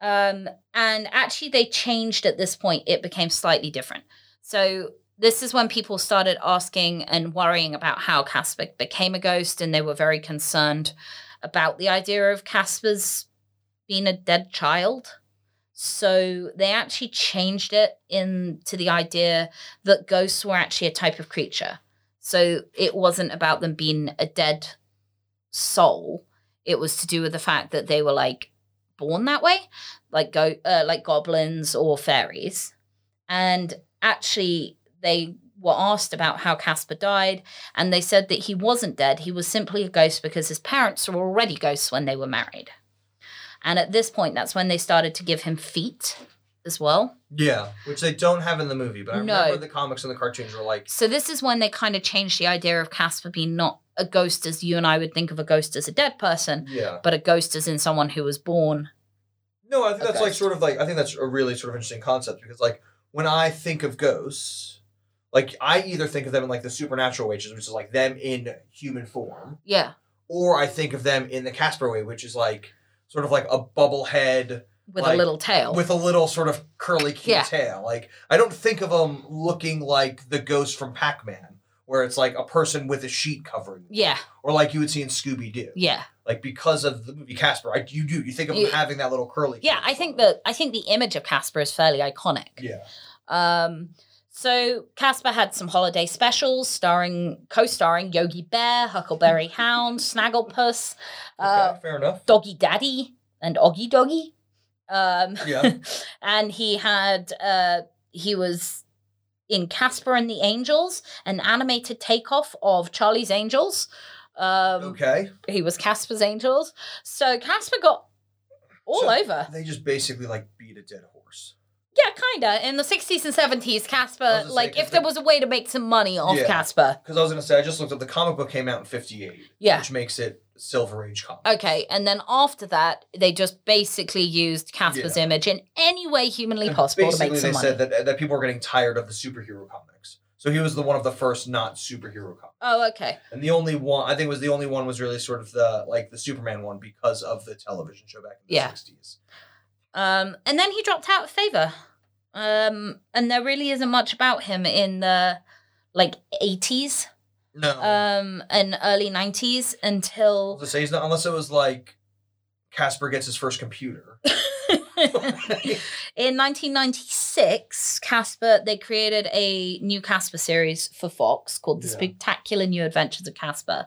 [SPEAKER 1] um, and actually they changed at this point it became slightly different so this is when people started asking and worrying about how casper became a ghost and they were very concerned about the idea of casper's being a dead child so they actually changed it into the idea that ghosts were actually a type of creature so it wasn't about them being a dead soul. It was to do with the fact that they were like born that way, like go uh, like goblins or fairies. And actually, they were asked about how Casper died, and they said that he wasn't dead. He was simply a ghost because his parents were already ghosts when they were married. And at this point, that's when they started to give him feet as well.
[SPEAKER 2] Yeah, which they don't have in the movie, but I
[SPEAKER 1] No.
[SPEAKER 2] remember the comics and the cartoons were like,
[SPEAKER 1] So this is when they kind of changed the idea of Casper being not a ghost as you and I would think of a ghost as a dead person,
[SPEAKER 2] yeah.
[SPEAKER 1] but a ghost as in someone who was born.
[SPEAKER 2] No, I think that's like
[SPEAKER 1] Okay.
[SPEAKER 2] sort of like I think that's a really sort of interesting concept because like when I think of ghosts, like I either think of them in like the supernatural ways, which is like them in human form,
[SPEAKER 1] Yeah,
[SPEAKER 2] or I think of them in the Casper way, which is like sort of like a bubble head
[SPEAKER 1] with
[SPEAKER 2] Like,
[SPEAKER 1] a little tail.
[SPEAKER 2] with a little sort of curly cute
[SPEAKER 1] Yeah.
[SPEAKER 2] tail. Like I don't think of them looking like the ghost from Pac Man, where it's like a person with a sheet covering, them,
[SPEAKER 1] yeah,
[SPEAKER 2] or like you would see in Scooby Doo.
[SPEAKER 1] yeah,
[SPEAKER 2] Like because of the movie Casper, I, you do you think of them
[SPEAKER 1] Yeah.
[SPEAKER 2] having that little curly.
[SPEAKER 1] yeah.
[SPEAKER 2] cute
[SPEAKER 1] I think
[SPEAKER 2] tail.
[SPEAKER 1] the I think the image of Casper is fairly iconic.
[SPEAKER 2] Yeah.
[SPEAKER 1] Um, so Casper had some holiday specials starring co-starring Yogi Bear,
[SPEAKER 2] [laughs]
[SPEAKER 1] Huckleberry Hound, Snagglepuss, uh,
[SPEAKER 2] Okay, fair enough.
[SPEAKER 1] Doggy Daddy, and Oggy Doggy. Um,
[SPEAKER 2] Yeah.
[SPEAKER 1] and he had uh, he was in Casper and the Angels, an animated takeoff of Charlie's Angels. [laughs] Um,
[SPEAKER 2] Okay.
[SPEAKER 1] He was Casper's Angels. So Casper got all
[SPEAKER 2] So-
[SPEAKER 1] over.
[SPEAKER 2] They just basically like beat a dead horse.
[SPEAKER 1] Yeah, kinda. In the sixties and seventies,
[SPEAKER 2] I was
[SPEAKER 1] Casper,
[SPEAKER 2] gonna say,
[SPEAKER 1] like
[SPEAKER 2] 'cause
[SPEAKER 1] if there
[SPEAKER 2] they-
[SPEAKER 1] was a way to make some money off
[SPEAKER 2] Yeah.
[SPEAKER 1] Casper.
[SPEAKER 2] Because I was gonna say I just looked up the comic book came out in fifty eight.
[SPEAKER 1] Yeah.
[SPEAKER 2] Which makes it Silver Age comic.
[SPEAKER 1] Okay, and then after that, they just basically used Casper's image in any way
[SPEAKER 2] [laughs]
[SPEAKER 1] humanly
[SPEAKER 2] And
[SPEAKER 1] possible to
[SPEAKER 2] Basically,
[SPEAKER 1] make
[SPEAKER 2] they
[SPEAKER 1] some money.
[SPEAKER 2] said that that people were getting tired of the superhero comics. So he was the one of the first not superhero comics.
[SPEAKER 1] oh, okay.
[SPEAKER 2] And the only one I think was the only one was really sort of the like the Superman one because of the television show back in the
[SPEAKER 1] Yeah.
[SPEAKER 2] sixties.
[SPEAKER 1] Um, and then he dropped out of favor. Um, and there really isn't much about him in the like eighties,
[SPEAKER 2] No.
[SPEAKER 1] um, and early nineties
[SPEAKER 2] [laughs] I'll
[SPEAKER 1] until [laughs]
[SPEAKER 2] just say he's not unless it was like Casper gets his first
[SPEAKER 1] [laughs]
[SPEAKER 2] computer. [laughs]
[SPEAKER 1] In 1996, Casper, they created a new Casper series for Fox called The
[SPEAKER 2] Yeah.
[SPEAKER 1] Spectacular New Adventures of Casper.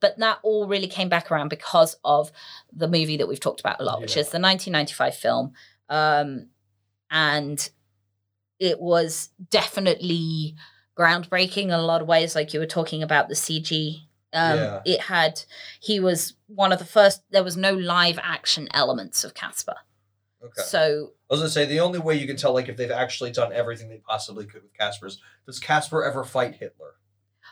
[SPEAKER 1] But that all really came back around because of the movie that we've talked about a lot, which
[SPEAKER 2] Yeah.
[SPEAKER 1] is the 1995 film. Um, and it was definitely groundbreaking in a lot of ways, like you were talking about the CG. Um,
[SPEAKER 2] Yeah.
[SPEAKER 1] It had, he was one of the first, there was no live action elements of Casper.
[SPEAKER 2] Okay.
[SPEAKER 1] So
[SPEAKER 2] I was gonna say the only way you can tell like if they've actually done everything they possibly could with Casper's does Casper ever fight Hitler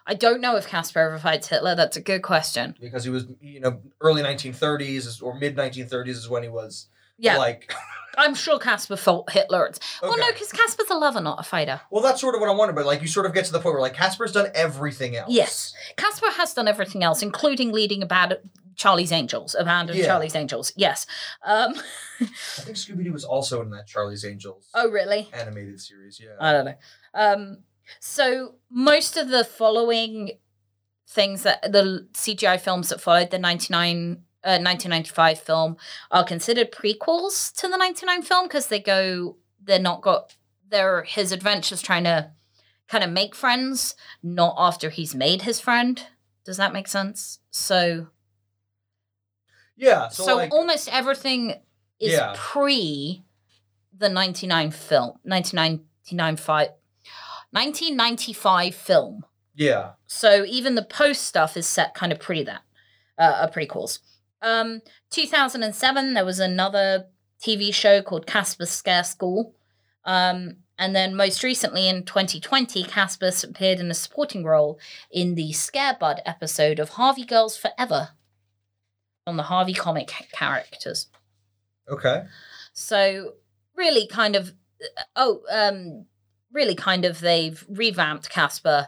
[SPEAKER 1] I don't know if Casper ever fights Hitler. That's a good question.
[SPEAKER 2] because he was you know early 1930s is- or mid 1930s is when he was
[SPEAKER 1] Yeah,
[SPEAKER 2] like [laughs]
[SPEAKER 1] I'm sure Casper fought Hitler. It's- Well,
[SPEAKER 2] okay.
[SPEAKER 1] no, because Casper's a lover, not a fighter.
[SPEAKER 2] well that's sort of what I wonder but like you sort of get to the point where like Casper's done everything else
[SPEAKER 1] Yes. Casper has done everything else, including leading a bad Charlie's Angels, abandoned
[SPEAKER 2] Yeah.
[SPEAKER 1] Charlie's Angels. Yes. Um, [laughs]
[SPEAKER 2] I think Scooby Doo was also in that Charlie's Angels
[SPEAKER 1] oh, Uh, really?
[SPEAKER 2] animated series yeah
[SPEAKER 1] I don't know. Um, so most of the following things that the CGI films that followed the 99 uh, 1995 film are considered prequels to the 99 film because they go they're not got they're his adventures trying to kind of make friends not after he's made his friend does that make sense so
[SPEAKER 2] yeah so,
[SPEAKER 1] so,
[SPEAKER 2] like
[SPEAKER 1] almost everything is
[SPEAKER 2] Yeah.
[SPEAKER 1] pre the 99 film 1999 fi- 1995 film
[SPEAKER 2] yeah
[SPEAKER 1] so even the post stuff is set kind of pre that uh, are prequels um 2007 there was another tv show called casper scare school um and then most recently in 2020 casper appeared in a supporting role in the scarebud episode of harvey girls forever on the harvey comic characters
[SPEAKER 2] okay
[SPEAKER 1] so really kind of oh um really kind of they've revamped Casper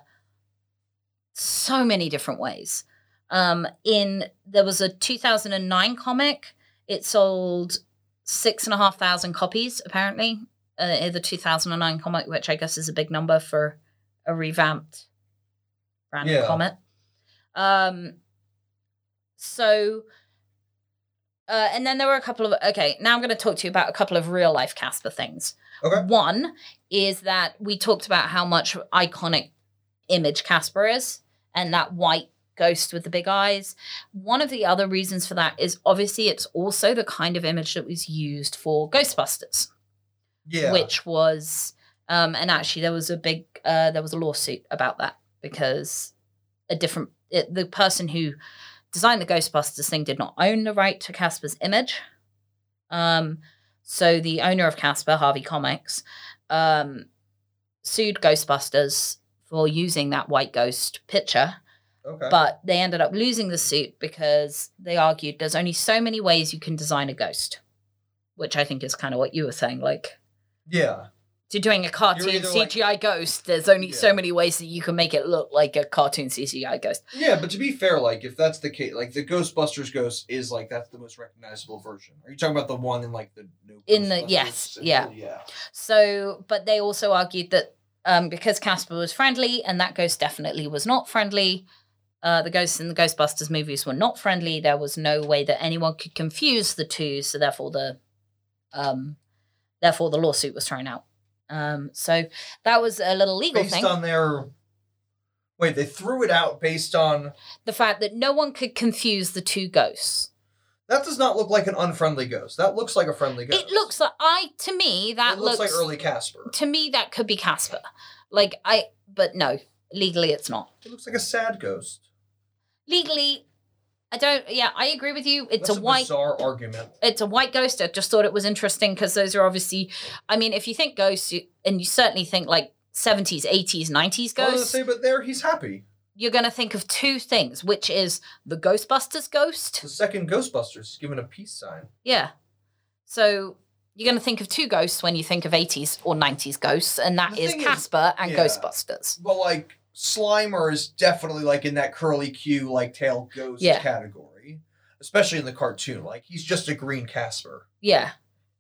[SPEAKER 1] so many different ways. Um in there was a 2009 comic. It sold six and a half thousand copies apparently. Uh, in the 2009 comic, which I guess is a big number for a revamped random
[SPEAKER 2] Yeah.
[SPEAKER 1] comic. Um, so uh, and then there were a couple of okay. Now I'm going to talk to you about a couple of real life Casper things.
[SPEAKER 2] Okay.
[SPEAKER 1] One is that we talked about how much iconic image Casper is, and that white ghost with the big eyes. One of the other reasons for that is obviously it's also the kind of image that was used for Ghostbusters,
[SPEAKER 2] Yeah.
[SPEAKER 1] which was, um, and actually there was a big, uh, there was a lawsuit about that because a different, it, the person who designed the Ghostbusters thing did not own the right to Casper's image. Um, so the owner of Casper, Harvey Comics, um, sued Ghostbusters for using that white ghost picture
[SPEAKER 2] Okay.
[SPEAKER 1] but they ended up losing the suit because they argued there's only so many ways you can design a ghost, which I think is kind of what you were saying. Like,
[SPEAKER 2] yeah.
[SPEAKER 1] if you're doing a cartoon
[SPEAKER 2] either like-
[SPEAKER 1] CGI ghost, there's only so
[SPEAKER 2] Yeah.
[SPEAKER 1] many ways that you can make it look like a cartoon CGI ghost.
[SPEAKER 2] Yeah, but to be fair, like if that's the case, like the Ghostbusters ghost is like that's the most recognizable version. Are you talking about the one in like the new
[SPEAKER 1] In the-
[SPEAKER 2] Ghostbusters
[SPEAKER 1] yes,
[SPEAKER 2] symbol?
[SPEAKER 1] yeah.
[SPEAKER 2] yeah,
[SPEAKER 1] So, but they also argued that um, because Casper was friendly and that ghost definitely was not friendly, uh, the ghosts in the Ghostbusters movies were not friendly. There was no way that anyone could confuse the two, so therefore the, um, therefore the lawsuit was thrown out. Um, so that was a little legal
[SPEAKER 2] based
[SPEAKER 1] thing.
[SPEAKER 2] on their. Wait, they threw it out based on
[SPEAKER 1] the fact that no one could confuse the two ghosts.
[SPEAKER 2] that does not look like an unfriendly ghost. That looks like a friendly ghost.
[SPEAKER 1] It looks like I to me that
[SPEAKER 2] It looks, like early Casper.
[SPEAKER 1] to me that could be Casper. Like I, but no, legally it's not.
[SPEAKER 2] It looks like a sad ghost.
[SPEAKER 1] legally i don't yeah i agree with you it's
[SPEAKER 2] That's
[SPEAKER 1] a white
[SPEAKER 2] bizarre argument.
[SPEAKER 1] it's a white ghost i just thought it was interesting because those are obviously i mean if you think ghosts you, and you certainly think like 70s 80s 90s
[SPEAKER 2] I was gonna
[SPEAKER 1] ghosts
[SPEAKER 2] say, but there he's happy.
[SPEAKER 1] you're going to think of two things which is the ghostbusters ghost
[SPEAKER 2] The second Ghostbusters is given a peace sign.
[SPEAKER 1] yeah so you're going to think of two ghosts when you think of 80s or 90s ghosts and that
[SPEAKER 2] The
[SPEAKER 1] is
[SPEAKER 2] thing is-
[SPEAKER 1] casper and
[SPEAKER 2] yeah.
[SPEAKER 1] ghostbusters
[SPEAKER 2] But like Slimer is definitely like in that curly Q like tail ghost
[SPEAKER 1] Yeah.
[SPEAKER 2] category, especially in the cartoon. Like he's just a green Casper.
[SPEAKER 1] Yeah.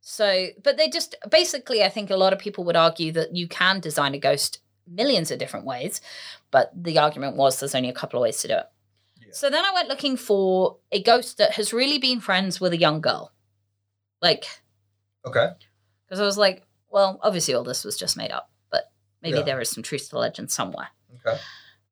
[SPEAKER 1] So, but they just basically, I think a lot of people would argue that you can design a ghost millions of different ways, but the argument was there's only a couple of ways to do it.
[SPEAKER 2] Yeah.
[SPEAKER 1] So then I went looking for a ghost that has really been friends with a young girl. Like,
[SPEAKER 2] Okay.
[SPEAKER 1] because I was like, well, obviously all this was just made up, but maybe
[SPEAKER 2] Yeah.
[SPEAKER 1] there is some truth to legend somewhere.
[SPEAKER 2] Okay.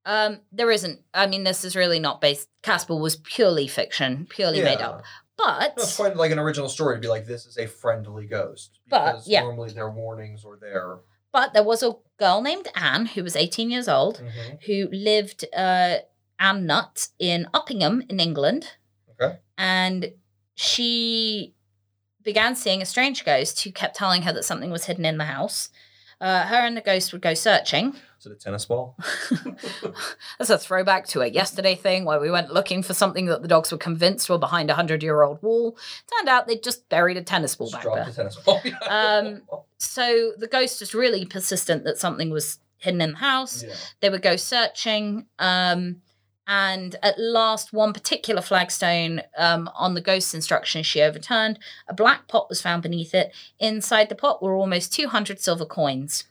[SPEAKER 1] Um, there isn't. I mean, this is really not based. Casper was purely fiction, purely made up. But
[SPEAKER 2] No, it's quite like an original story to be like this is a friendly ghost.
[SPEAKER 1] But,
[SPEAKER 2] Because
[SPEAKER 1] yeah.
[SPEAKER 2] normally their warnings are there.
[SPEAKER 1] but there was a girl named Anne who was 18 years old
[SPEAKER 2] Mm-hmm.
[SPEAKER 1] who lived uh, Anne Nutt in Uppingham in England.
[SPEAKER 2] Okay.
[SPEAKER 1] And she began seeing a strange ghost who kept telling her that something was hidden in the house. Uh, her and the ghost would go searching. [laughs]
[SPEAKER 2] Is it a tennis ball?
[SPEAKER 1] That's a throwback to a yesterday thing where we went looking for something that the dogs were convinced were behind a 100 year old wall. Turned out they'd just buried a tennis ball
[SPEAKER 2] Just
[SPEAKER 1] back
[SPEAKER 2] dropped
[SPEAKER 1] there.
[SPEAKER 2] a tennis ball. [laughs]
[SPEAKER 1] Um, So the ghost was really persistent that something was hidden in the house.
[SPEAKER 2] yeah.
[SPEAKER 1] they would go searching um and at last one particular flagstone um, on the ghost's instructions she overturned a black pot was found beneath it inside the pot were almost 200 silver coins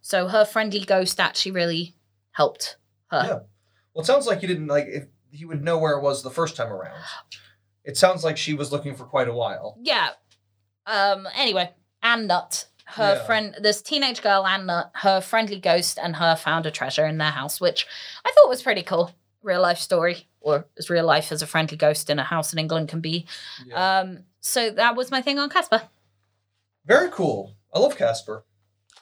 [SPEAKER 1] so her friendly ghost actually really helped her
[SPEAKER 2] Yeah. Well, it sounds like you didn't like if he would know where it was the first time around. It sounds like she was looking for quite a while.
[SPEAKER 1] yeah. Um. Anyway, Ann Nutt, her
[SPEAKER 2] Yeah.
[SPEAKER 1] friend, this teenage girl, Ann Nutt, her friendly ghost, and her found a treasure in their house, which I thought was pretty cool. Real life story, or as real life as a friendly ghost in a house in England can be.
[SPEAKER 2] Yeah.
[SPEAKER 1] Um. So that was my thing on Casper.
[SPEAKER 2] Very cool. I love Casper.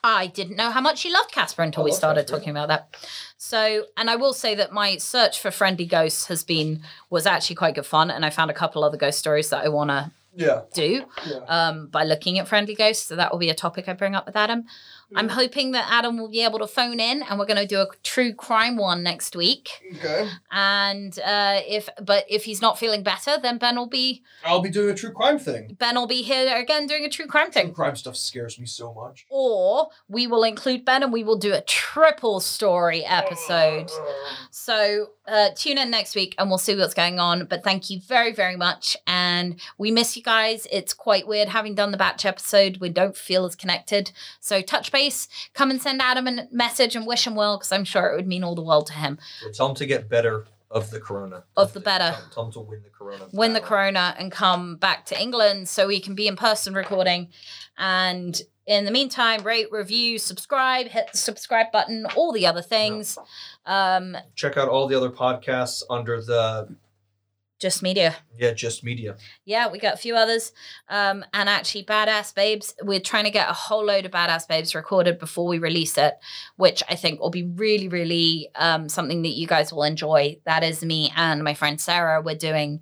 [SPEAKER 1] I didn't know how much you loved Casper until
[SPEAKER 2] I
[SPEAKER 1] we
[SPEAKER 2] love
[SPEAKER 1] started
[SPEAKER 2] Casper.
[SPEAKER 1] talking about that. So, and I will say that my search for friendly ghosts has been was actually quite good fun, and I found a couple other ghost stories that I want to
[SPEAKER 2] Yeah.
[SPEAKER 1] do
[SPEAKER 2] Yeah.
[SPEAKER 1] um, by looking at friendly ghosts. So that will be a topic I bring up with Adam. I'm
[SPEAKER 2] Yeah.
[SPEAKER 1] hoping that Adam will be able to phone in, and we're going to do a true crime one next week.
[SPEAKER 2] Okay.
[SPEAKER 1] And uh, if, but if he's not feeling better, then Ben will be
[SPEAKER 2] I'll be doing a true crime thing.
[SPEAKER 1] Ben will be here again doing a true crime
[SPEAKER 2] True
[SPEAKER 1] thing.
[SPEAKER 2] crime stuff scares me so much.
[SPEAKER 1] Or we will include Ben and we will do a triple story episode. So uh, tune in next week and we'll see what's going on. But thank you very, very much. And we miss you guys. It's quite weird having done the batch episode. We don't feel as connected. So touch base, come and send Adam a message and wish him well because I'm sure it would mean all the world to him.
[SPEAKER 2] Yeah, tell him to get better of the corona.
[SPEAKER 1] Of the better.
[SPEAKER 2] Tell- Tell him to win the corona.
[SPEAKER 1] Win the
[SPEAKER 2] battle.
[SPEAKER 1] corona and come back to England so we can be in person recording. And in the meantime, rate, review, subscribe, hit the subscribe button, all the other things. Um,
[SPEAKER 2] Check out all the other podcasts under the
[SPEAKER 1] just media.
[SPEAKER 2] yeah, just media.
[SPEAKER 1] Yeah, we got a few others. Um, and actually, Badass Babes, we're trying to get a whole load of Badass Babes recorded before we release it, which I think will be really, really um, something that you guys will enjoy. That is me and my friend Sarah. We're doing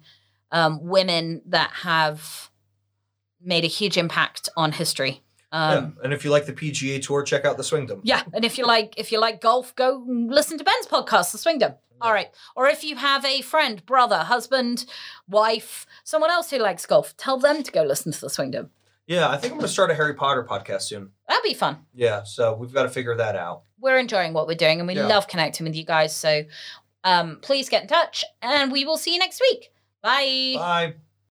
[SPEAKER 1] um, women that have made a huge impact on history. Um,
[SPEAKER 2] yeah. And if you like the PGA tour, check out the Swingdom.
[SPEAKER 1] yeah, and if you like if you like golf, go and listen to Ben's podcast, The Swingdom. All right. Or if you have a friend, brother, husband, wife, someone else who likes golf, tell them to go listen to The Swingdom.
[SPEAKER 2] Yeah, I think I'm gonna start a Harry Potter podcast soon.
[SPEAKER 1] That'd be fun.
[SPEAKER 2] Yeah, so we've got to figure that out.
[SPEAKER 1] We're enjoying what we're doing and we
[SPEAKER 2] Yeah.
[SPEAKER 1] love connecting with you guys. So um, please get in touch and we will see you next week. Bye.
[SPEAKER 2] Bye.